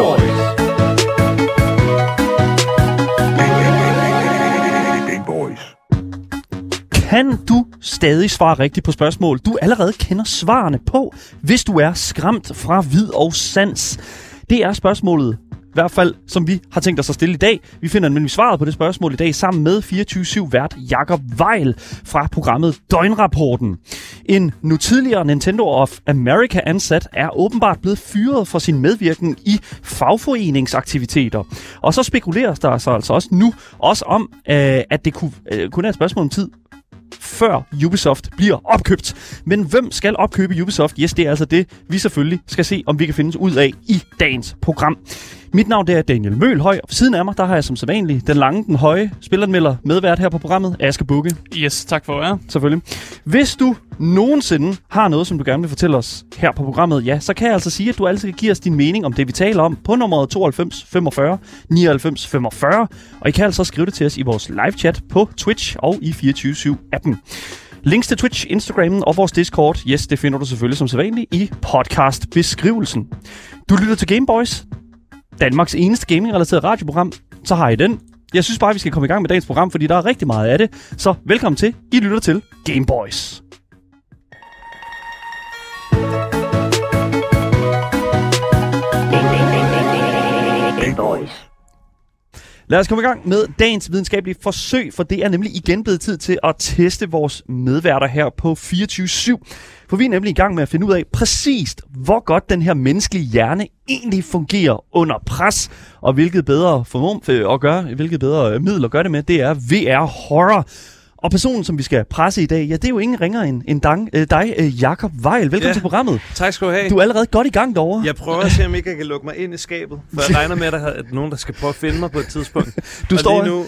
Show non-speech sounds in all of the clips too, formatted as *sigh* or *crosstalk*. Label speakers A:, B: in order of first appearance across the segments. A: Gameboys.
B: Kan du stadig svare rigtigt på spørgsmål, du allerede kender svarene på, hvis du er skræmt fra vid og sans? Det er spørgsmålet, i hvert fald, som vi har tænkt os at stille i dag. Vi finder nemlig svaret på det spørgsmål i dag sammen med 24-7-vært Jakob Weil fra programmet Døgnrapporten. En nu tidligere Nintendo of America ansat er åbenbart blevet fyret for sin medvirken i fagforeningsaktiviteter. Og så spekuleres der altså, altså også nu også om, øh, at det kunne, øh, kun er et spørgsmål om tid, før Ubisoft bliver opkøbt. Men hvem skal opkøbe Ubisoft? Yes, det er altså det, vi selvfølgelig skal se, om vi kan finde ud af i dagens program. Mit navn det er Daniel Mølhøj, og ved siden af mig, der har jeg som sædvanlig den lange, den høje spilleranmelder medvært her på programmet, Aske Bukke,
C: Yes, tak for jer.
B: selvfølgelig. Hvis du nogensinde har noget, som du gerne vil fortælle os her på programmet, ja, så kan jeg altså sige, at du altid kan give os din mening om det, vi taler om på nummeret 92 45 99 45, og I kan altså skrive det til os i vores live-chat på Twitch og i 24-7-appen. Links til Twitch, Instagram og vores Discord, yes, det finder du selvfølgelig som sædvanligt i podcastbeskrivelsen. Du lytter til Gameboys, Danmarks eneste gaming-relateret radioprogram, så har I den. Jeg synes bare, vi skal komme i gang med dagens program, fordi der er rigtig meget af det. Så velkommen til. I lytter til Gameboys. Lad os komme i gang med dagens videnskabelige forsøg, for det er nemlig igen blevet tid til at teste vores medværter her på 24-7. For vi er nemlig i gang med at finde ud af præcist, hvor godt den her menneskelige hjerne egentlig fungerer under pres, og hvilket bedre form øh, at gøre, hvilket bedre øh, middel at gøre det med, det er VR Horror. Og personen, som vi skal presse i dag, ja, det er jo ingen ringer end, end dang, øh, dig, øh, Jakob Weil. Velkommen ja.
D: Ja.
B: til programmet.
D: Tak skal du have.
B: Du er allerede godt i gang derovre.
D: Jeg prøver at se, om ikke jeg kan lukke mig ind i skabet, for jeg regner med, at der er nogen, der skal prøve at finde mig på et tidspunkt.
B: Du
D: og
B: står-
D: lige nu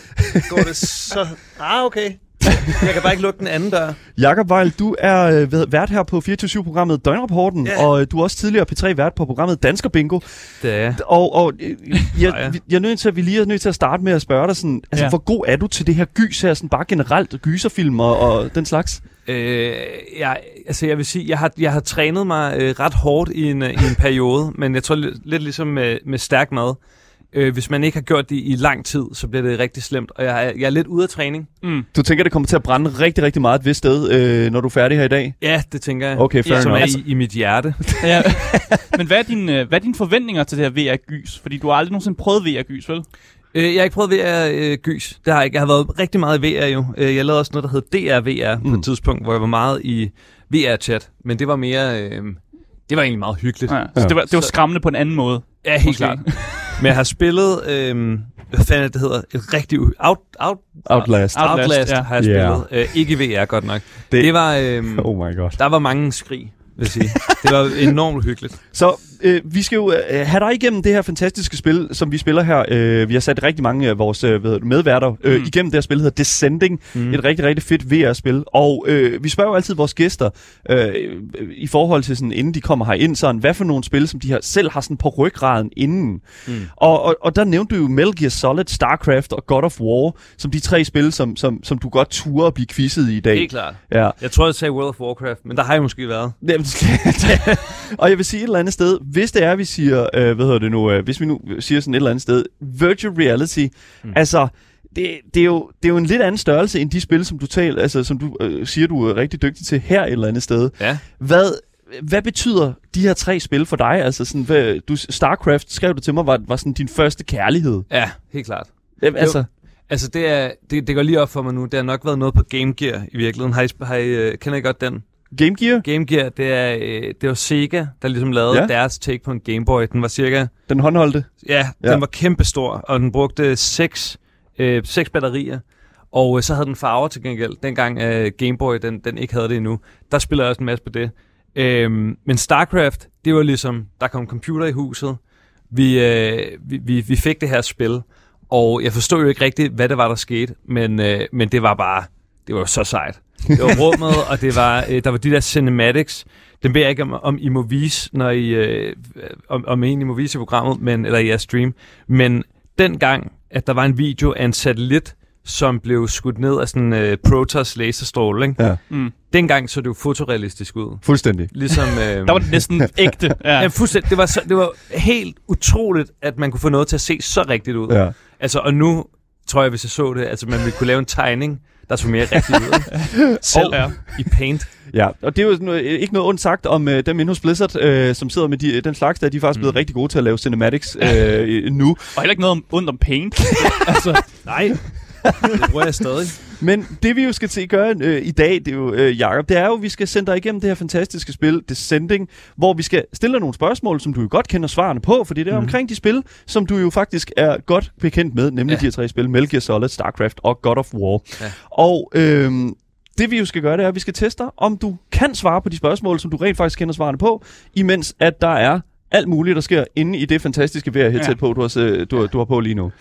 D: går det så... Ah, okay. Jeg kan bare ikke lukke den anden dør.
B: Jakob Weil, du er øh, væ- vært her på 24-7-programmet Døgnrapporten,
D: Ja.
B: og øh, du er også tidligere P3-vært på programmet Dansker Bingo.
D: Det er
B: Og, og øh, *laughs*
D: Nå
B: jeg,
D: ja.
B: vi- jeg, er nødt til at, vi lige er nødt til at starte med at spørge dig, sådan, altså, ja.
C: Ja.
B: hvor god er du til det her gys her, sådan bare generelt, gyserfilm og, og den slags?
D: Øh, jeg, altså jeg vil sige, jeg har, jeg har trænet mig øh, ret hårdt i en, øh, i en periode, men jeg tror lidt, lidt ligesom med, med stærk mad. Øh, hvis man ikke har gjort det i lang tid, så bliver det rigtig slemt, og jeg, er- jeg er lidt ude af træning.
C: Mm.
B: Du tænker, det kommer til at brænde rigtig, rigtig meget et vist sted, øh, når du er færdig her i dag?
D: Ja, det tænker jeg.
B: Okay, fair
C: Ja,
D: Som
B: enough.
D: er
C: Altså-
D: i, i mit hjerte.
C: Ja. *laughs* Men hvad er, dine, øh, hvad er dine forventninger til det her VR-gys? Fordi du har aldrig nogensinde prøvet VR-gys, vel?
D: Øh, jeg har ikke prøvet VR-gys. det har jeg ikke. Jeg har været rigtig meget i VR jo. Øh, jeg lavede også noget, der hed DRVR mm. på
B: Mm.
D: et tidspunkt, hvor jeg var meget i VR-chat. Men det var mere... Øh, det var egentlig meget hyggeligt.
C: Ja. Så det var, det var skræmmende på en anden måde.
D: Ja, helt
C: Måske.
D: klart. Men jeg har spillet, øh, hvad fanden er det, det hedder, et rigtig u- out, out,
B: Outlast.
C: Out-
D: Outlast,
C: Outlast,
D: Outlast
C: ja.
D: ja. har jeg
B: Ja.
D: spillet. Øh, ikke i VR godt nok.
B: Det-
D: Det, det var, øh,
B: Oh my god.
D: der var mange skrig, vil jeg sige. Det var enormt hyggeligt.
B: Så øh, vi skal jo øh, have dig igennem det her fantastiske spil, som vi spiller her. Øh, vi har sat rigtig mange af vores øh, hvad hedder det, medværter øh, mm.
C: Mm.
B: igennem det her spil, der hedder Descending. Mm.
D: Mm.
B: Et rigtig, rigtig fedt VR-spil. Og øh, vi spørger jo altid vores gæster, øh, i forhold til sådan, inden de kommer herind, sådan, hvad for nogle spil, som de har, selv har sådan på ryggraden inden. Mm.
D: Mm.
B: Og, og, og der nævnte du jo Metal Gear Solid, StarCraft og God of War, som de tre spil, som, som, som du godt turde at blive quizzet i i dag.
D: Helt klart.
B: Ja.
D: Jeg tror, jeg sagde World of Warcraft, men der har jeg måske været.
B: Jamen, *laughs* og jeg vil sige et eller andet sted, hvis det er, vi siger, øh, hvad hedder det nu, øh, hvis vi nu siger sådan et eller andet sted, virtual reality,
D: Hmm.
B: mm. altså, det, det, er jo, det er jo en lidt anden størrelse end de spil, som du taler, altså, som du øh, siger, du er rigtig dygtig til her et eller andet sted.
D: Ja.
B: Hvad, hvad betyder de her tre spil for dig? Altså, sådan, hvad, du, StarCraft, skrev du til mig, var, var sådan din første kærlighed.
D: Ja, helt klart.
B: Jamen, altså,
D: Altså, det, er, det, det går lige op for mig nu. Det har nok været noget på Game Gear i virkeligheden. Har I, sp- har I, øh, kender I godt den?
B: Game Gear,
D: Game Gear, det, er, øh, det var Sega, der ligesom lavede
B: Ja.
D: ja. deres take på en Game Boy. Den var cirka...
B: den håndholdte.
D: Ja,
B: Ja.
D: ja. den var kæmpestor, og den brugte seks, øh, seks batterier. Og øh, så havde den farver til gengæld. Dengang øh, Game Boy, den, den ikke havde det endnu. Der spiller jeg også en masse på det. Øhm, men StarCraft, det var ligesom, der kom computer i huset. Vi, øh, vi, vi, vi fik det her spil, og jeg forstod jo ikke rigtigt, hvad det var, der skete. Men, øh, men det var bare, det var jo så sejt. Det var rummet, og det var, øh, der var de der cinematics. Dem beder jeg ikke om, om I må vise, når I, øh, om, om I egentlig må vise i programmet, men, eller i jeres stream. Men dengang, at der var en video af en satellit, som blev skudt ned af sådan øh, Protoss laserstråle. Ikke?
B: Ja.
C: Mm.
D: Dengang så det jo fotorealistisk ud.
B: Fuldstændig.
C: *laughs*
D: Ligesom, øh,
C: *laughs* Der var det næsten ægte. *laughs* Ja.
D: Ja, fuldstændig. Det var, så, det var helt utroligt, at man kunne få noget til at se så rigtigt ud.
B: Ja.
D: Altså, og nu tror jeg, hvis jeg så det, altså man ville kunne lave en tegning, der så mere rigtigt ud. ikke? Selv
C: Ja.
D: i Paint.
B: Ja, og det er jo sådan, noget- øh, ikke noget ondt sagt om øh, dem inde hos Blizzard, øh, som sidder med de, den slags der, de er faktisk blevet rigtig gode til at lave cinematics øh, *laughs* nu.
C: Og heller ikke noget om, ondt om *laughs* paint. altså,
D: Nej, det bruger jeg stadig.
B: Men det vi jo skal til at gøre øh, i dag, det er jo, øh, Jacob, det er jo, at vi skal sende dig igennem det her fantastiske spil, Descending, hvor vi skal stille dig nogle spørgsmål, som du jo godt kender svarene på, fordi det
C: Mhm.
B: er mm. omkring de spil, som du jo faktisk er godt bekendt med, nemlig ja.
D: Ja.
B: de her tre spil, Metal Gear Solid, StarCraft og God of War. Ja.
D: Ja.
B: Og øh, det vi jo skal gøre, det er, at vi skal teste dig, om du kan svare på de spørgsmål, som du rent faktisk kender svarene på, imens at der er alt muligt, der sker inde i det fantastiske vejr her
C: Ja.
B: tæt på, du har, se- du, har- du har på lige nu.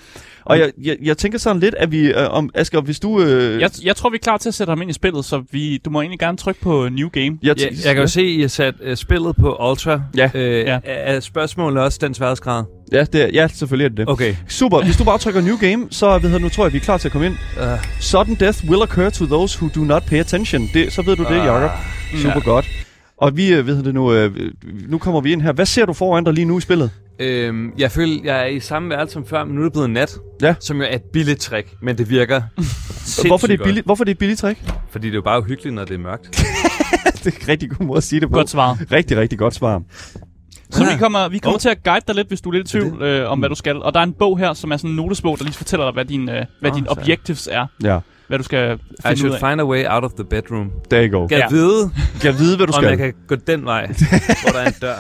B: Og jeg, jeg, jeg tænker sådan lidt, at vi, øh, om Asger, hvis du... Øh,
C: jeg, jeg tror, vi er klar til at sætte ham ind i spillet, så vi, du må egentlig gerne trykke på New Game.
B: Jeg,
D: Jeg, jeg kan jo se, at I har sat uh, spillet på Ultra.
B: Ja.
D: Uh, ja.
C: Ja.
D: Er spørgsmålet også den sværhedsgrad?
B: ja, det er, ja, selvfølgelig er det det. Okay.
D: Okay.
B: Super. Hvis du bare trykker New Game, så ved jeg, nu tror jeg, vi er klar til at komme ind.
D: Uh,
B: Sudden death will occur to those who do not pay attention. Det, så ved du det,
D: Ah.
B: Jacob. Super ja. godt. Og vi øh, ved det nu, øh, nu kommer vi ind her. Hvad ser du foran dig lige nu i spillet?
D: øhm, jeg føler, jeg er i samme værelse som før, men nu er det blevet nat.
B: Ja.
D: Som jo er et billigt trick, men det virker
B: *laughs* Hvorfor det, er
D: sindssygt
B: billigt, hvorfor det er et billigt trick? *laughs*
D: godt, Fordi det er jo bare uhyggeligt, når det er mørkt.
B: det er en rigtig god måde at sige det på.
C: Godt svaret.
B: Rigtig, rigtig godt svar.
C: Så
D: Ja.
C: vi kommer, vi kommer til at guide dig lidt, hvis du er lidt i
B: Er det?
C: tvivl øh, om, hvad du skal. Og der er en bog her, som er sådan en notesbog, der lige fortæller dig, hvad, din, øh, hvad
D: Nå,
C: dine
D: sejt.
C: objectives er.
B: Ja,
C: Hvad du skal
D: I
C: finde ud
D: should
C: af.
D: find a way out of the bedroom.
B: there you go.
D: Kan ja.
C: Ja.
D: vide,
B: Jeg ved, hvad du
D: om
B: skal.
D: jeg kan gå den
B: *laughs*
D: vej, hvor der er en dør.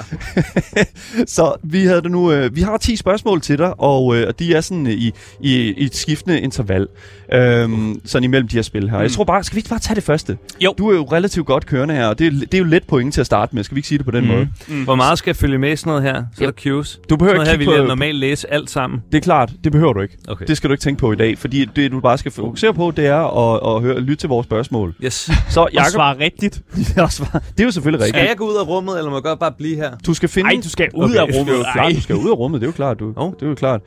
B: Så vi, havde det nu, øh, vi har 10 spørgsmål til dig, og øh, og de er sådan øh, i, i, i et skiftende interval, øhm, sådan imellem de her spil her. Jeg tror bare, skal vi ikke bare tage det første?
C: Mm. Jo.
B: Du er jo relativt godt kørende her, og det er, det er jo let point til at starte med, skal vi ikke sige det på den mm. måde?
D: Hvor meget skal jeg følge med i sådan noget her? Så er
C: Yep.
D: der
B: Du
D: cues. Sådan
B: behøver
D: noget her
B: ikke
D: vil jeg
B: kigge på,
D: normalt læse alt sammen.
B: det er klart, det behøver du ikke.
D: Okay.
B: Det skal du ikke tænke på i dag, fordi det du bare skal fokusere på, det er at, at høre, lytte til vores spørgsmål.
D: Yes.
B: Så
C: Jeg
B: Jacob,
C: svarer *laughs* rigtigt.
B: Ja, svar. det er jo selvfølgelig rigtigt.
D: Skal jeg gå ud af rummet, eller må jeg godt bare blive her?
B: Du skal finde...
C: Nej, du skal ud af rummet.
B: Det er jo klart,
C: Ej.
B: du skal ud af rummet, det er jo klart. Du,
D: Nå.
B: Det er jo klart.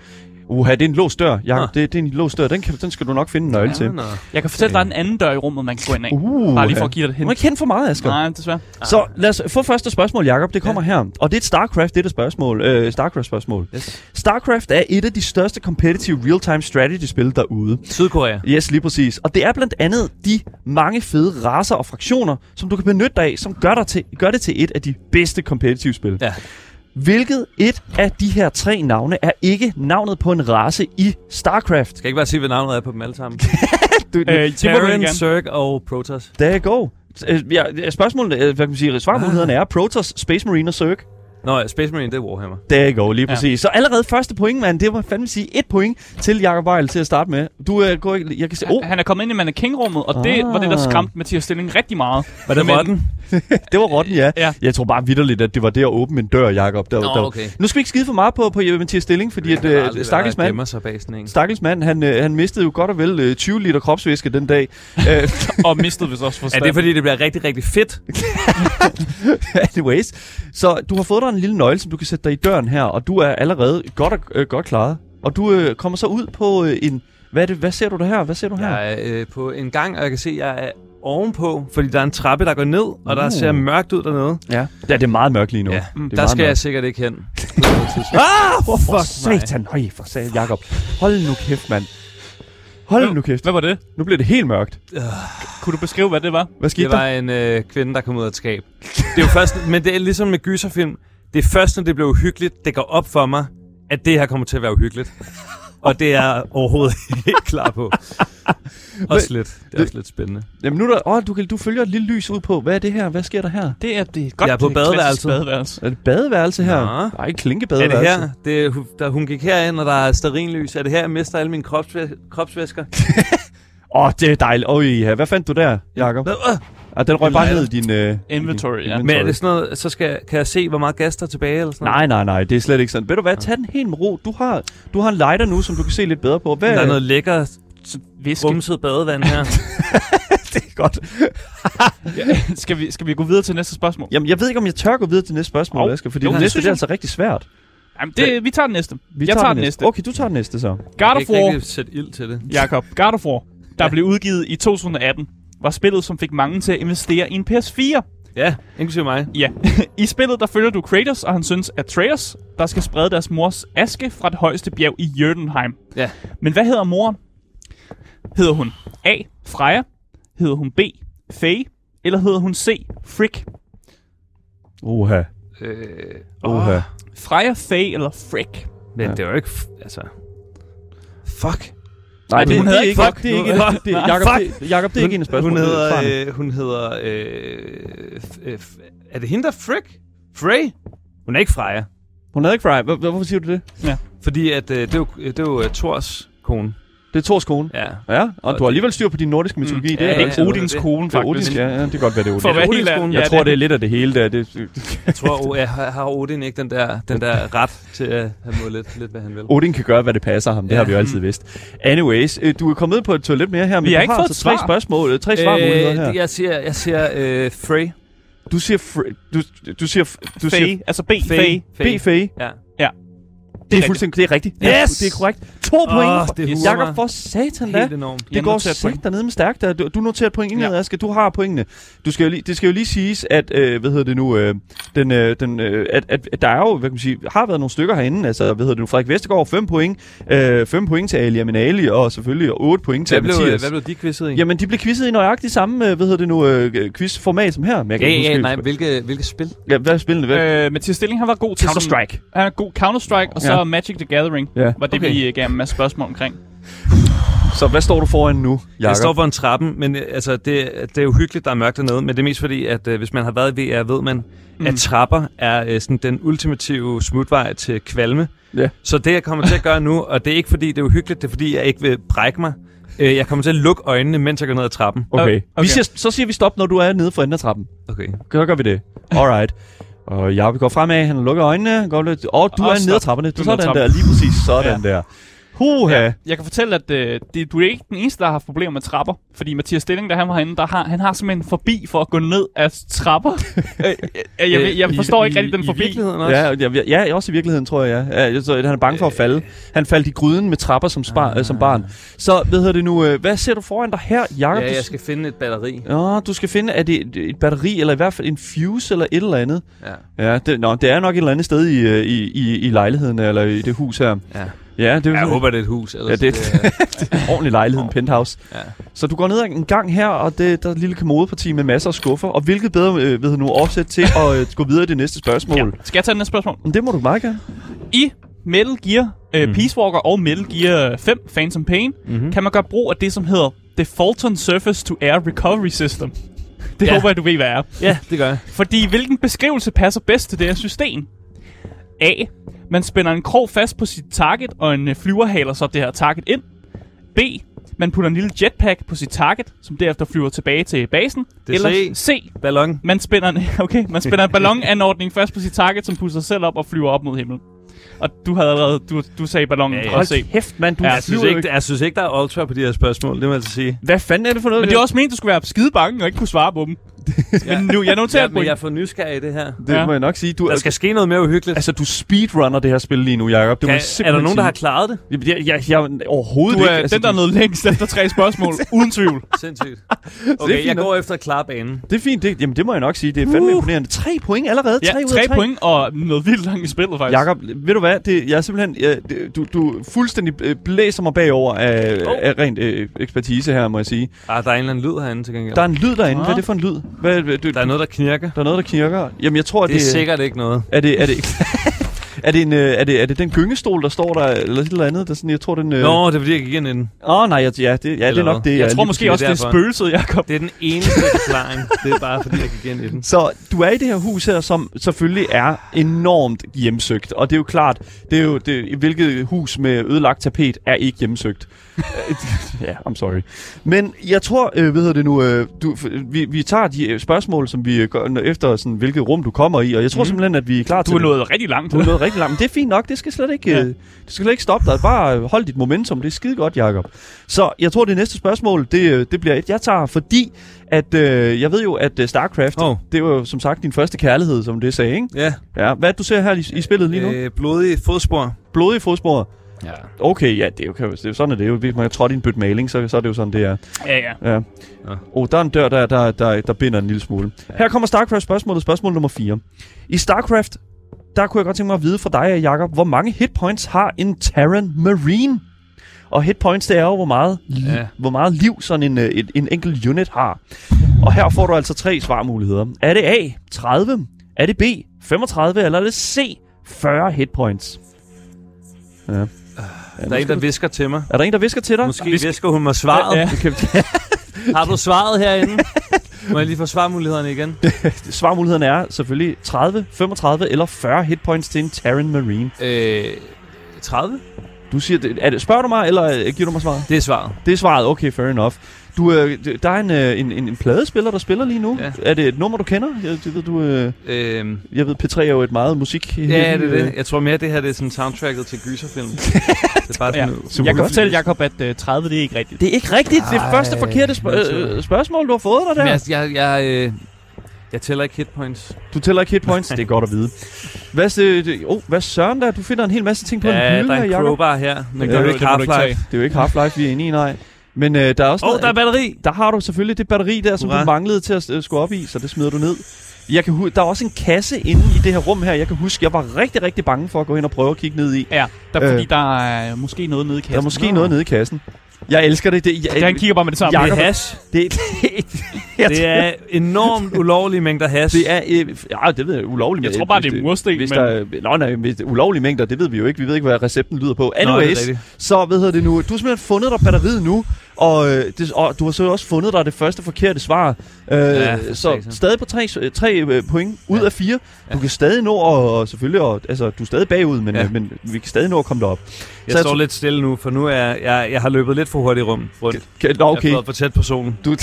B: Uha, det er en låst dør, Jacob.
C: Ah.
B: Det, det er en låst dør. Den, kan, den skal du nok finde en nøgle til.
D: nå.
C: Jeg kan fortælle dig, der er en anden dør i rummet, man kan gå ind af.
B: Uh,
C: Bare lige for at give dig det
B: Du
C: hen.
B: må ikke kende for meget, Asger.
C: Nej, desværre.
B: Så lad os få første spørgsmål, Jakob. Det kommer her. Og det er et StarCraft, det er det spørgsmål. Øh, StarCraft-spørgsmål.
D: Yes.
B: StarCraft er et af de største competitive real-time strategy-spil derude.
D: Sydkorea.
B: Yes, lige præcis. Og det er blandt andet de mange fede raser og fraktioner, som du kan benytte dig af, som gør, dig til, gør det til et af de bedste competitive spil.
D: Ja.
B: Hvilket et af de her tre navne er ikke navnet på en race i StarCraft?
D: Skal jeg ikke bare sige, hvad navnet er på dem alle sammen?
B: Du,
C: Øh, det må du
D: Terran,
C: gerne.
D: Zerg og Protoss.
B: Der er go. Ja, spørgsmålet, øh, hvad kan man sige, svarmulighederne er Protoss, Space Marine og Zerg.
D: Nå, ja, Space Marine, det er Warhammer.
B: Der går lige
C: Ja.
B: præcis. Ja. Så allerede første point, mand. Det var fandme sige et point til Jakob Weil til at starte med. Du øh, går ikke... Jeg kan se... Oh,
C: Han er kommet ind i mannequin-rummet, og det
B: Ah.
C: var det, der skræmte Mathias Stilling rigtig meget.
D: Var det
C: Men-
D: Rotten?
B: det var rotten, ja. ja.
C: Ja.
B: Jeg tror bare vidderligt, at det var det at åbne en dør, Jakob. Der,
D: Nå,
B: der.
D: okay.
B: Nu skal vi ikke skide for meget på, på Jeppe Mathias Stilling, fordi at, øh, stakkels mand,
D: gemmer sig bag sådan en.
B: stakkels mand, han, øh, han mistede jo godt og vel øh, 20 liter kropsvæske den dag. *laughs* Øh,
C: Og mistede vist også
D: Er
C: forstand.
D: det, fordi det bliver rigtig, rigtig fedt?
B: anyways. Så du har fået dig en lille nøgle, som du kan sætte dig i døren her, og du er allerede godt, og- øh, godt klaret. Og du øh, kommer så ud på øh, en... Hvad, er det, hvad ser du der her? Hvad ser du her?
D: Jeg er øh, på en gang, og jeg kan se, at jeg er ovenpå, fordi der er en trappe, der går ned, og der
B: Uh.
D: ser mørkt ud dernede.
B: Ja. ja, det er meget mørkt lige nu. Mm.
D: Ja,
B: Det er
D: der
B: meget
D: skal
B: mørkt.
D: jeg sikkert ikke hen.
B: Ah, for
D: Fuck mig.
B: satan. Høj, for satan, Jacob. Hold nu kæft, mand. Hold nu kæft.
C: Hvad var det?
B: Nu bliver det helt mørkt.
C: Kunne du beskrive, hvad det var?
B: Hvad skete
D: Det
B: der?
D: var en øh, kvinde, der kom ud af et skab. Det er jo først, men det er ligesom med gyserfilm. Det er først, når det bliver uhyggeligt, det går op for mig, at det her kommer til at være uhyggeligt. Og det er jeg overhovedet *laughs* ikke klar på. Også lidt. Det er også lidt spændende.
B: Jamen, nu er der... Åh, du, kan, du følger et lille lys ud på. Hvad er det her? Hvad sker der her?
C: Det er det godt.
D: Jeg er på
C: det klassisk
D: badeværelset.
C: badeværelse.
B: Er det et badeværelse her?
D: Nå.
B: Nej, ikke
D: Er
B: klinkebadeværelse.
D: det her? Det, er hu- der, hun gik herind, og der er sterinlys. Er det her, jeg mister alle mine kropsvæ- kropsvæsker?
B: Åh, det er dejligt. Åh, ja. Hvad fandt du der, Jacob?
D: Hvad? Øh!
B: Ah, den røg
D: En
B: bare
D: lighter.
B: ned i din... Øh,
C: Inventory, ja.
D: Men er det sådan noget, så skal, kan jeg se, hvor meget gas der er tilbage? Eller sådan
B: Nej, nej, nej, det er slet ikke sådan. Ved du hvad, tag den helt med ro. Du har, du har en lighter nu, som du kan se lidt bedre på. Hvad,
D: noget? Der er noget lækker,
C: Så Viske.
D: rumset badevand *laughs* her.
B: *laughs* det er godt.
C: *laughs* skal, vi, skal vi gå videre til næste spørgsmål?
B: Jamen, jeg ved ikke, om jeg tør gå videre til næste spørgsmål,
C: Au.
B: Asger, fordi
C: Jo,
B: det
C: det
B: næste
C: synes
B: det er
C: jeg.
B: altså rigtig svært.
C: Jamen, det, vi tager den næste.
B: Vi
C: jeg tager den næste.
B: Okay, du tager den næste så.
C: God
D: Jeg
C: of
D: kan ikke
C: War,
D: rigtig sætte ild til det.
C: Jakob. God of War. der blev udgivet i 2018, var spillet, som fik mange til at investere i en PS4.
D: Ja, inklusive mig.
C: Ja. *laughs* I spillet, der følger du Kratos og hans søns Atreus, der skal sprede deres mors aske fra det højeste bjerg i Jørgenheim.
D: Ja.
C: Men hvad hedder moren? Hedder hun A. Freja? Hedder hun B. Faye? Eller hedder hun C. Frick?
B: Oha.
D: Øh,
B: Oha.
D: åh,
C: Freja, Faye eller Frick?
D: Men
B: Ja.
D: det var jo ikke... f- Altså... Fuck.
B: Nej,
C: det- hun hedder ikke
B: fuck.
C: Fuck.
B: Det er ikke,
D: Nå,
B: det,
D: nej,
B: Jacob,
D: fuck.
B: det, Jacob, det er ikke en spørgsmål.
D: Hun
B: det er et svar.
D: hedder... Øh, hun hedder... Øh, f- øh, f- er det hende, der er Frick? Frey? Hun er ikke Freja.
B: hun hedder ikke Fry. Hvor- Hvorfor siger du det?
D: Fordi at, øh, det er jo, det er jo uh, Thors kone.
B: Det er Thors kone.
D: Ja.
B: Ja, og du har alligevel styr på din nordiske mytologi.
C: Mm,
B: Det er
D: ja,
B: helt
C: ikke
D: ja,
C: Odins
D: det-
C: kone,
B: Det er
C: faktisk.
B: Odin, ja, ja, det kan godt være, det er Odin.
C: For at være helt
D: Odinskolen.
C: ærlig,
B: jeg
C: ja,
B: tror, det er lidt af det hele der. Det,
D: Jeg tror, oh, jeg har, har Odin ikke den der, den der ret til at han må lidt, lidt, hvad han vil.
B: Odin kan gøre, hvad det passer ham. Det har vi jo altid vidst. Anyways, øh, du er kommet på et toilet mere her, men
C: Vi har
B: du
C: ikke
B: har
C: fået
B: altså tre
C: et svar.
B: spørgsmål, øh, tre svarmuligheder her.
D: jeg siger, jeg siger øh, Frey.
B: Du siger... Fr- du, du siger... f- Du siger
C: Faye, altså B. Faye.
B: B. Faye.
D: Ja.
B: Det er
C: rigtigt.
B: fuldstændig... Det er rigtigt. Ah,
C: Yes!
B: Ja, Det er korrekt. To
D: Åh,
B: point.
D: det huer
B: Jakob,
D: mig.
B: for satan da.
D: Helt enormt.
B: Det
C: Jeg
B: går
C: noterer et
B: sæt
C: point.
B: dernede med stærkt. der. Du, du noterer et point indad, ja. Aske. Du har pointene. Du skal jo lige, det skal jo lige siges, at, øh, hvad hedder det nu, øh, den, øh, den, øh, at, at, at, der er jo, hvad kan man sige, har været nogle stykker herinde. Altså, hvad hedder det nu, Frederik Vestergaard, 5 point. 5 point til Ali Aminali, og selvfølgelig 8 point til
D: Hvad blev, øh,
B: Mathias.
D: hvad blev de quizzet i?
B: Jamen, de blev quizzet i nøjagtigt samme, øh, hvad hedder det nu, øh, quizformat som her. Men jeg
D: ja,
B: kan ikke
D: ja,
B: huske-
D: nej, hvilke, hvilke spil?
B: Ja, hvad er spillende? Hvad?
C: Øh, Mathias Stilling, han var god til... sådan-
B: Counter-Strike.
C: Han er god Counter-Strike, og så
B: Ja.
C: Magic the Gathering,
B: Ja.
C: var det,
D: Okay.
C: vi øh, gav ham en masse spørgsmål omkring.
B: Så hvad står du foran nu, Jacob?
D: Jeg står for en trappen, men øh, altså, det, det er jo hyggeligt, der er mørkt dernede, men det er mest fordi, at øh, hvis man har været i VR, ved man, mm. at trapper er øh, sådan den ultimative smutvej til kvalme.
B: Ja.
D: Så det, jeg kommer til at gøre nu, og det er ikke fordi, det er uhyggeligt, det er fordi, jeg ikke vil brække mig. Øh, jeg kommer til at lukke øjnene, mens jeg går ned ad trappen.
B: Okay. okay.
C: Okay.
B: Vi siger, så siger vi stop, når du er nede for enden af trappen.
D: Okay.
B: Så gør vi det. Alright. Og Jacob går fremad, han lukker øjnene, går lidt... Åh, oh, du
C: Og
B: er nede ad
C: stop.
B: trapperne. Du
C: Du er nede ad
B: sådan
C: trappen.
B: der, lige præcis sådan der. Huha. Ja.
C: Jeg kan fortælle, at øh, det, du er ikke den eneste, der har haft problemer med trapper. Fordi Mathias Stilling, der han var herinde, der har, han har simpelthen en forbi for at gå ned af
D: *laughs*
C: trapper. Øh, øh, jeg, jeg, jeg forstår ikke rigtig den
D: I, i
C: forbi.
D: virkeligheden også?
B: Ja, ja, ja, også i virkeligheden, tror jeg, ja. ja så han er bange for at falde. Han faldt i gryden med trapper som, spar, øh, som barn. Så, hvad hedder det nu, øh, hvad ser du foran dig her, Jacob?
D: ja, jeg skal finde et batteri.
B: Nå, du skal finde, er det et, et batteri, eller i hvert fald en fuse, eller et eller andet?
D: Ja.
B: Ja, det, nå, det er nok et eller andet sted i, øh, i, i, i lejligheden, eller i det hus her.
D: ja.
B: Ja, det er
D: Jeg
B: jo
D: håber, det er et hus. Eller
B: Ja, *laughs* det er- ordentlig lejlighed, en penthouse.
D: Altså, Ja.
B: Så du går ned ad en gang her, og det, der er et lille kommodeparti med masser af skuffer. Og hvilket bedre øh, ved du nu offset til at øh, gå videre i det næste spørgsmål? Ja.
C: Skal jeg tage det næste spørgsmål?
B: Men det må du meget gerne.
C: I Metal Gear, øh,
D: Mm.
C: Peace Walker og Metal Gear 5, Phantom Pain, mm-hmm. kan man gøre brug af det, som hedder The Fulton Surface to Air Recovery System. Det
D: Ja.
C: ja. håber jeg, du ved, hvad er.
D: *laughs* ja, det gør jeg.
C: Fordi hvilken beskrivelse passer bedst til det her system? A. Man spænder en krog fast på sit target, og en øh, flyver haler så det her target ind. B. Man putter en lille jetpack på sit target, som derefter flyver tilbage til basen.
D: Det er
C: Eller
D: C.
C: C.
D: Ballon.
C: Man spænder en, *laughs* okay, man spænder en ballonanordning fast på sit target, som puster sig selv op og flyver op mod himlen. Og du havde allerede, du, du sagde ballonen
D: Ja,
C: ja,
D: ja.
C: ja. også C.
B: kæft, mand. Du
C: Ja,
B: ja,
D: Jeg synes, ikke, jeg synes ikke, der er ultra på de her spørgsmål, det må jeg altså sige.
B: Hvad fanden er det for noget?
C: Men det er også meningen, du skulle være skide bange og ikke kunne svare
D: *laughs*
C: på dem. Men nu, jeg noterer
D: Ja,
C: ja,
D: men
C: point.
D: jeg er for nysgerrig i det her.
B: det
C: Ja.
B: må jeg nok sige. Du,
D: Der skal ske noget mere uhyggeligt.
B: Altså, du speedrunner det her spil lige nu, Jacob. Det må
D: Kan,
B: jeg
D: er
B: simpelthen
D: der nogen, der har
B: sige.
D: klaret det?
B: Jeg, jeg, jeg, overhovedet
C: Du
B: ikke.
C: er altså, den, der er
B: du-
C: noget længst efter tre
D: *laughs*
C: spørgsmål, uden tvivl.
D: *laughs* Sindssygt.
B: Okay,
D: Okay, jeg
B: nok.
D: går efter at klare banen.
B: Det er fint. Det, jamen, det må jeg nok sige. Det er fandme
C: Uh.
B: imponerende. Tre point allerede.
C: Ja,
B: tre ud af
C: tre point og noget vildt langt i spillet, faktisk.
B: Jakob, ved du hvad? Det, jeg er simpelthen, jeg, det- du, du fuldstændig øh, blæser mig bagover af, oh.
D: Hov.
B: af rent øh, ekspertise her, må jeg sige.
D: Ah, der er en eller anden lyd herinde til gengæld.
B: Der er en lyd derinde. Hvad er
C: Nå.
B: det for en lyd? Hvad, hvad, du,
D: der er noget, der knirker.
B: der er noget, der knirker. Jamen, jeg tror, at
D: Det
B: det,
D: er sikkert ikke noget.
B: Er det, er det, *laughs* er det, en, øh, er det, er det den gyngestol, der står der, eller et eller andet? Der sådan, jeg tror, den... øh,
D: Nå, det er fordi, jeg gik ind i den.
B: Åh, oh, nej, jeg, ja, det, ja, det er
D: Eller
B: nok
D: hvad?
B: det.
C: jeg
B: ja,
C: tror
B: lige præcis.
C: måske også, det er
D: derfor.
C: spøgelset, Jakob.
D: Det er den eneste *laughs* forklaring. Det er bare fordi, jeg gik ind i den.
B: Så du er i det her hus her, som selvfølgelig er enormt hjemsøgt. Og det er jo klart, det er jo, det, hvilket hus med ødelagt tapet er ikke
C: *laughs*
B: hjemsøgt. ja, I'm sorry. Men jeg tror, øh, hvad hedder det nu, øh, du, f- vi, vi tager de øh, spørgsmål, som vi øh, gør når- efter, sådan, hvilket rum du kommer i. Og jeg tror mm. simpelthen, at vi er klar til
C: Mhm. Du er
B: det.
C: nået rigtig langt.
B: Du er nået rigtig langt, men det er fint nok. Det skal slet ikke, ja.
C: Ja.
B: øh, det skal slet ikke stoppe dig. Bare øh, hold dit momentum. Det er skide godt, Jacob. Så jeg tror, det næste spørgsmål, det, øh, det bliver et, jeg tager, fordi at, øh, jeg ved jo, at øh, StarCraft, oh.
D: Hov.
B: det var jo som sagt din første kærlighed, som det sagde, ikke?
D: Ja,
B: Ja. Hvad er det, du ser her i, i spillet lige nu? Øh.
D: øh, blodige fodspor.
B: Blodige fodspor.
D: Ja.
B: Okay, ja, det er jo, kan- det er jo sådan, at det er jo. Hvis man har trådt i en bødt maling, så, så er det jo sådan, det er.
C: Ja, ja.
B: Ja.
D: Nå.
B: Oh, der er en dør, der, der, der, der binder en lille smule. Ja. Her kommer StarCraft-spørgsmålet, spørgsmål nummer 4. I StarCraft, der kunne jeg godt tænke mig at vide fra dig, Jacob, hvor mange hitpoints har en Terran Marine? Og hitpoints, det er jo, hvor meget, li- ja.
D: Ja.
B: hvor meget liv sådan en, øh, en, en enkelt unit har. Og her får du altså tre svarmuligheder. Er det A, 30? Er det B, 35? Eller er det C, 40 hitpoints? Ja. Ja,
D: Der er en,
B: måske-
D: der visker til mig.
B: er der en, der visker til dig?
D: Måske visker hun mig svaret.
C: Ja, ja.
D: Det *laughs* kan- Har du svaret *laughs* herinde? Må jeg lige få svarmulighederne igen?
B: Svarmuligheden er selvfølgelig 30, 35 eller 40 hitpoints til en Terran Marine.
D: Øh, 30?
B: Du siger, det- er det, spørger du mig, eller øh, giver du mig svaret?
D: Det er svaret.
B: Det er svaret, okay, fair enough. Du, øh, d- der er en, øh, en, en, en pladespiller, der spiller lige nu. Ja.
D: Ja.
B: Er det et nummer, du kender? Jeg, det ved, du, øh,
D: Øh,
B: jeg ved, P3 er jo et meget musik...
D: ja, det er det. Jeg tror mere, det her det er sådan soundtracket til *laughs* gyserfilm. det er bare sådan,
C: Ja.
D: ja.
B: Super
C: Jeg kan
B: godt.
C: fortælle, Jacob, at øh, 30 det er ikke
B: *laughs*
C: rigtigt.
B: Det er ikke rigtigt. Det er
D: Ej,
B: første forkerte sp-
D: naturligt.
B: øh, spørgsmål, du har fået dig der.
D: Men jeg, jeg, jeg, øh, jeg tæller ikke hitpoints.
B: Du tæller ikke hitpoints. det er godt at vide. Hvad, s- øh, det- oh, hvad søren der? Du finder en hel masse ting på en
D: Ja,
B: hylde
D: der er
B: her,
D: en
B: Jacob.
D: crowbar her. Men det,
C: kan
D: er
C: du-
D: jo ikke
C: det må du ikke
D: Half-Life.
B: Det er jo ikke Half-Life, vi er inde i, nej. Men øh, der er også
D: Åh,
B: noget-
D: oh, der er batteri!
B: Der har du selvfølgelig det batteri der, som Hurra.
D: Hurra.
B: du manglede til at øh, skulle op i, så det smider du ned. Jeg kan hu- der er også en kasse inde i det her rum her. Jeg kan huske, jeg var rigtig, rigtig bange for at gå ind og prøve at kigge ned i.
C: Ja, der,
B: Øh.
C: fordi der er måske noget nede i kassen.
B: Der er måske noget nede i kassen. Jeg elsker det. det jeg,
C: Det, han kigger bare med det samme.
B: Jakob-
D: Det er hash.
B: *laughs* det, det, jeg
D: Det
B: tror-
D: er enormt ulovlige mængder hash.
B: Det er, øh, f- ja, det ved jeg, ulovlig
C: Jeg tror bare, det er mursten,
B: hvis
C: men-
B: der, er- Nå, nej, hvis det er ulovlige mængder, det ved vi jo ikke. Vi ved ikke, hvad recepten lyder på.
D: Nå, det er
B: Anyways,
D: rigtigt.
B: så hvad hedder det nu? Du har simpelthen fundet dig batteriet nu, og, øh, det, og du har så også fundet dig det første forkerte svar. Øh,
D: Ja, for
B: så
D: satan.
B: stadig på tre, tre øh, point ud
D: Ja.
B: af fire. Du
D: Ja.
B: kan stadig nå, og, og selvfølgelig, og, altså, du er stadig bagud, men,
D: Ja.
B: ja. men vi kan stadig nå at komme derop.
D: Jeg
B: Så jeg
D: står
B: tror-
D: lidt stille nu, for nu er jeg, jeg, jeg har løbet lidt for hurtigt i rum, rundt.
B: Kan, nå,
D: Jeg
B: okay.
D: har været for tæt på solen.
B: Du,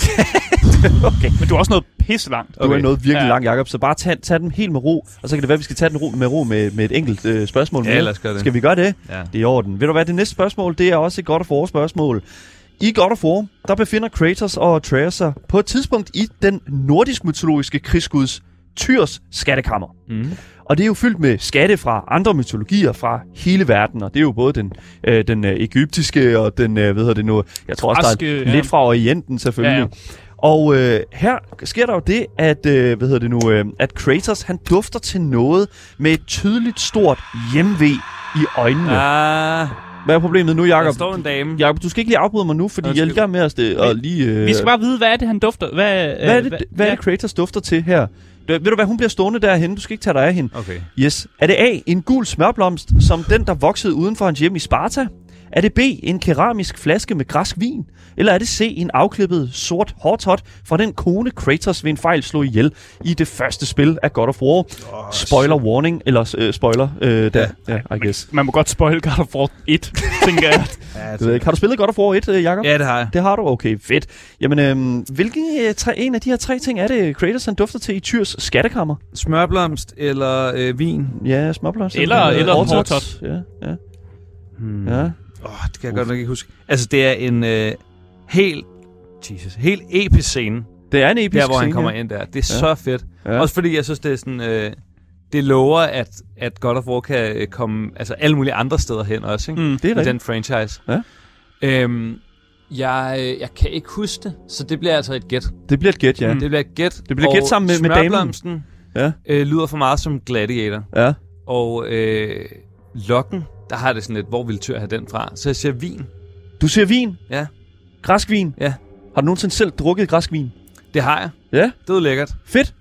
C: Okay, men du er også noget pisse langt.
B: Du okay.
D: Okay.
B: er noget virkelig ja.
C: Ja.
B: langt, Jacob, så bare tag, tag den helt med ro, og så kan det være, at vi skal tage den ro, med ro med, med et enkelt øh, spørgsmål.
D: Ja,
B: mere.
D: lad os gøre det.
B: Skal vi gøre det?
D: Ja.
B: Det er i orden. Ved du hvad, det næste spørgsmål, det er også et godt og for spørgsmål. I God of War, der befinder Kratos og Atreus sig på et tidspunkt i den nordisk-mytologiske krigsguds Tyrs skattekammer.
D: Mm.
B: Og det er jo fyldt med skatte fra andre mytologier fra hele verden, og det er jo både den, øh, den øh, egyptiske og den, øh, hvad hedder det nu, jeg tror også, der er
C: Græske, ja.
B: lidt fra Orienten selvfølgelig. Ja,
C: Ja,
B: Og øh, her sker der jo det, at, øh, hvad hedder det nu, øh, at Kratos, han dufter til noget med et tydeligt stort hjemve i øjnene. Ja.
D: Ah,
B: Hvad er problemet nu,
D: der
B: Jacob?
D: står en dame.
B: Jacob, du skal ikke lige afbryde mig nu, fordi jeg er i
D: Undskyld.
B: gang med at, st- og lige... Øh,
C: Vi skal bare vide, hvad er det, han dufter? Hvad, øh,
B: hvad er det, hvad er det Kratos dufter til her? Du- Ved du hvad, hun bliver stående derhen. Du skal ikke tage dig af hende.
D: Okay.
B: Yes. Er det A, en gul smørblomst, som den, der voksede uden for hans hjem i Sparta? Er det B, en keramisk flaske med græsk vin? Eller er det C, en afklippet sort hårtot fra den kone Kratos ved en fejl slog ihjel i det første spil af God of War? Oh, spoiler warning, eller øh, spoiler, øh, der, ja. Yeah, I guess.
C: Man må godt spoil God of War 1,
B: *laughs*
C: tænker jeg.
D: Ja,
B: Det ved jeg ikke. Har du spillet God of War 1, øh, Jacob?
D: ja, det har jeg.
B: Det har du? Okay, fedt. Jamen, øhm, hvilken øh, tre, en af de her tre ting er det, Kratos han dufter til i Tyrs skattekammer?
D: Smørblomst eller øh, vin?
B: Ja, småblomst.
C: Eller- eller
B: Hårtot.
C: hårtot.
B: Ja, ja.
D: Hmm.
B: ja.
D: Åh, oh, det kan jeg godt nok ikke huske. Altså, det er en øh, helt... Jesus. Helt episk scene,
B: Det er en episk
D: der hvor han
B: scene,
D: kommer
B: ja.
D: ind der. Det er ja. så fedt.
B: Ja.
D: Ja. Også fordi jeg synes, det er sådan... Øh, det lover, at, at God of War kan øh, komme altså, alle mulige andre steder hen også, ikke?
C: Mm.
B: Det er
D: I
B: rigtigt.
D: den franchise.
B: Ja.
D: Øhm,
A: Jeg, øh, jeg kan ikke huske det, så det bliver altså et gæt.
B: Det bliver et gæt, ja.
C: Mm.
B: Mm.
D: det bliver et gæt.
B: Det bliver et
D: og
B: gæt sammen med- med damen.
D: smørblomsten,
B: Ja.
D: øh, lyder for meget som Gladiator.
B: ja.
D: Og øh, lokken, der har det sådan lidt, hvor vil Tyr have den fra? Så jeg siger vin.
B: Du siger vin?
D: Ja.
B: Græsk vin?
D: Ja.
B: Har du nogensinde selv drukket græsk vin?
D: Det har jeg.
B: Ja.
D: Det er lækkert.
B: Fedt.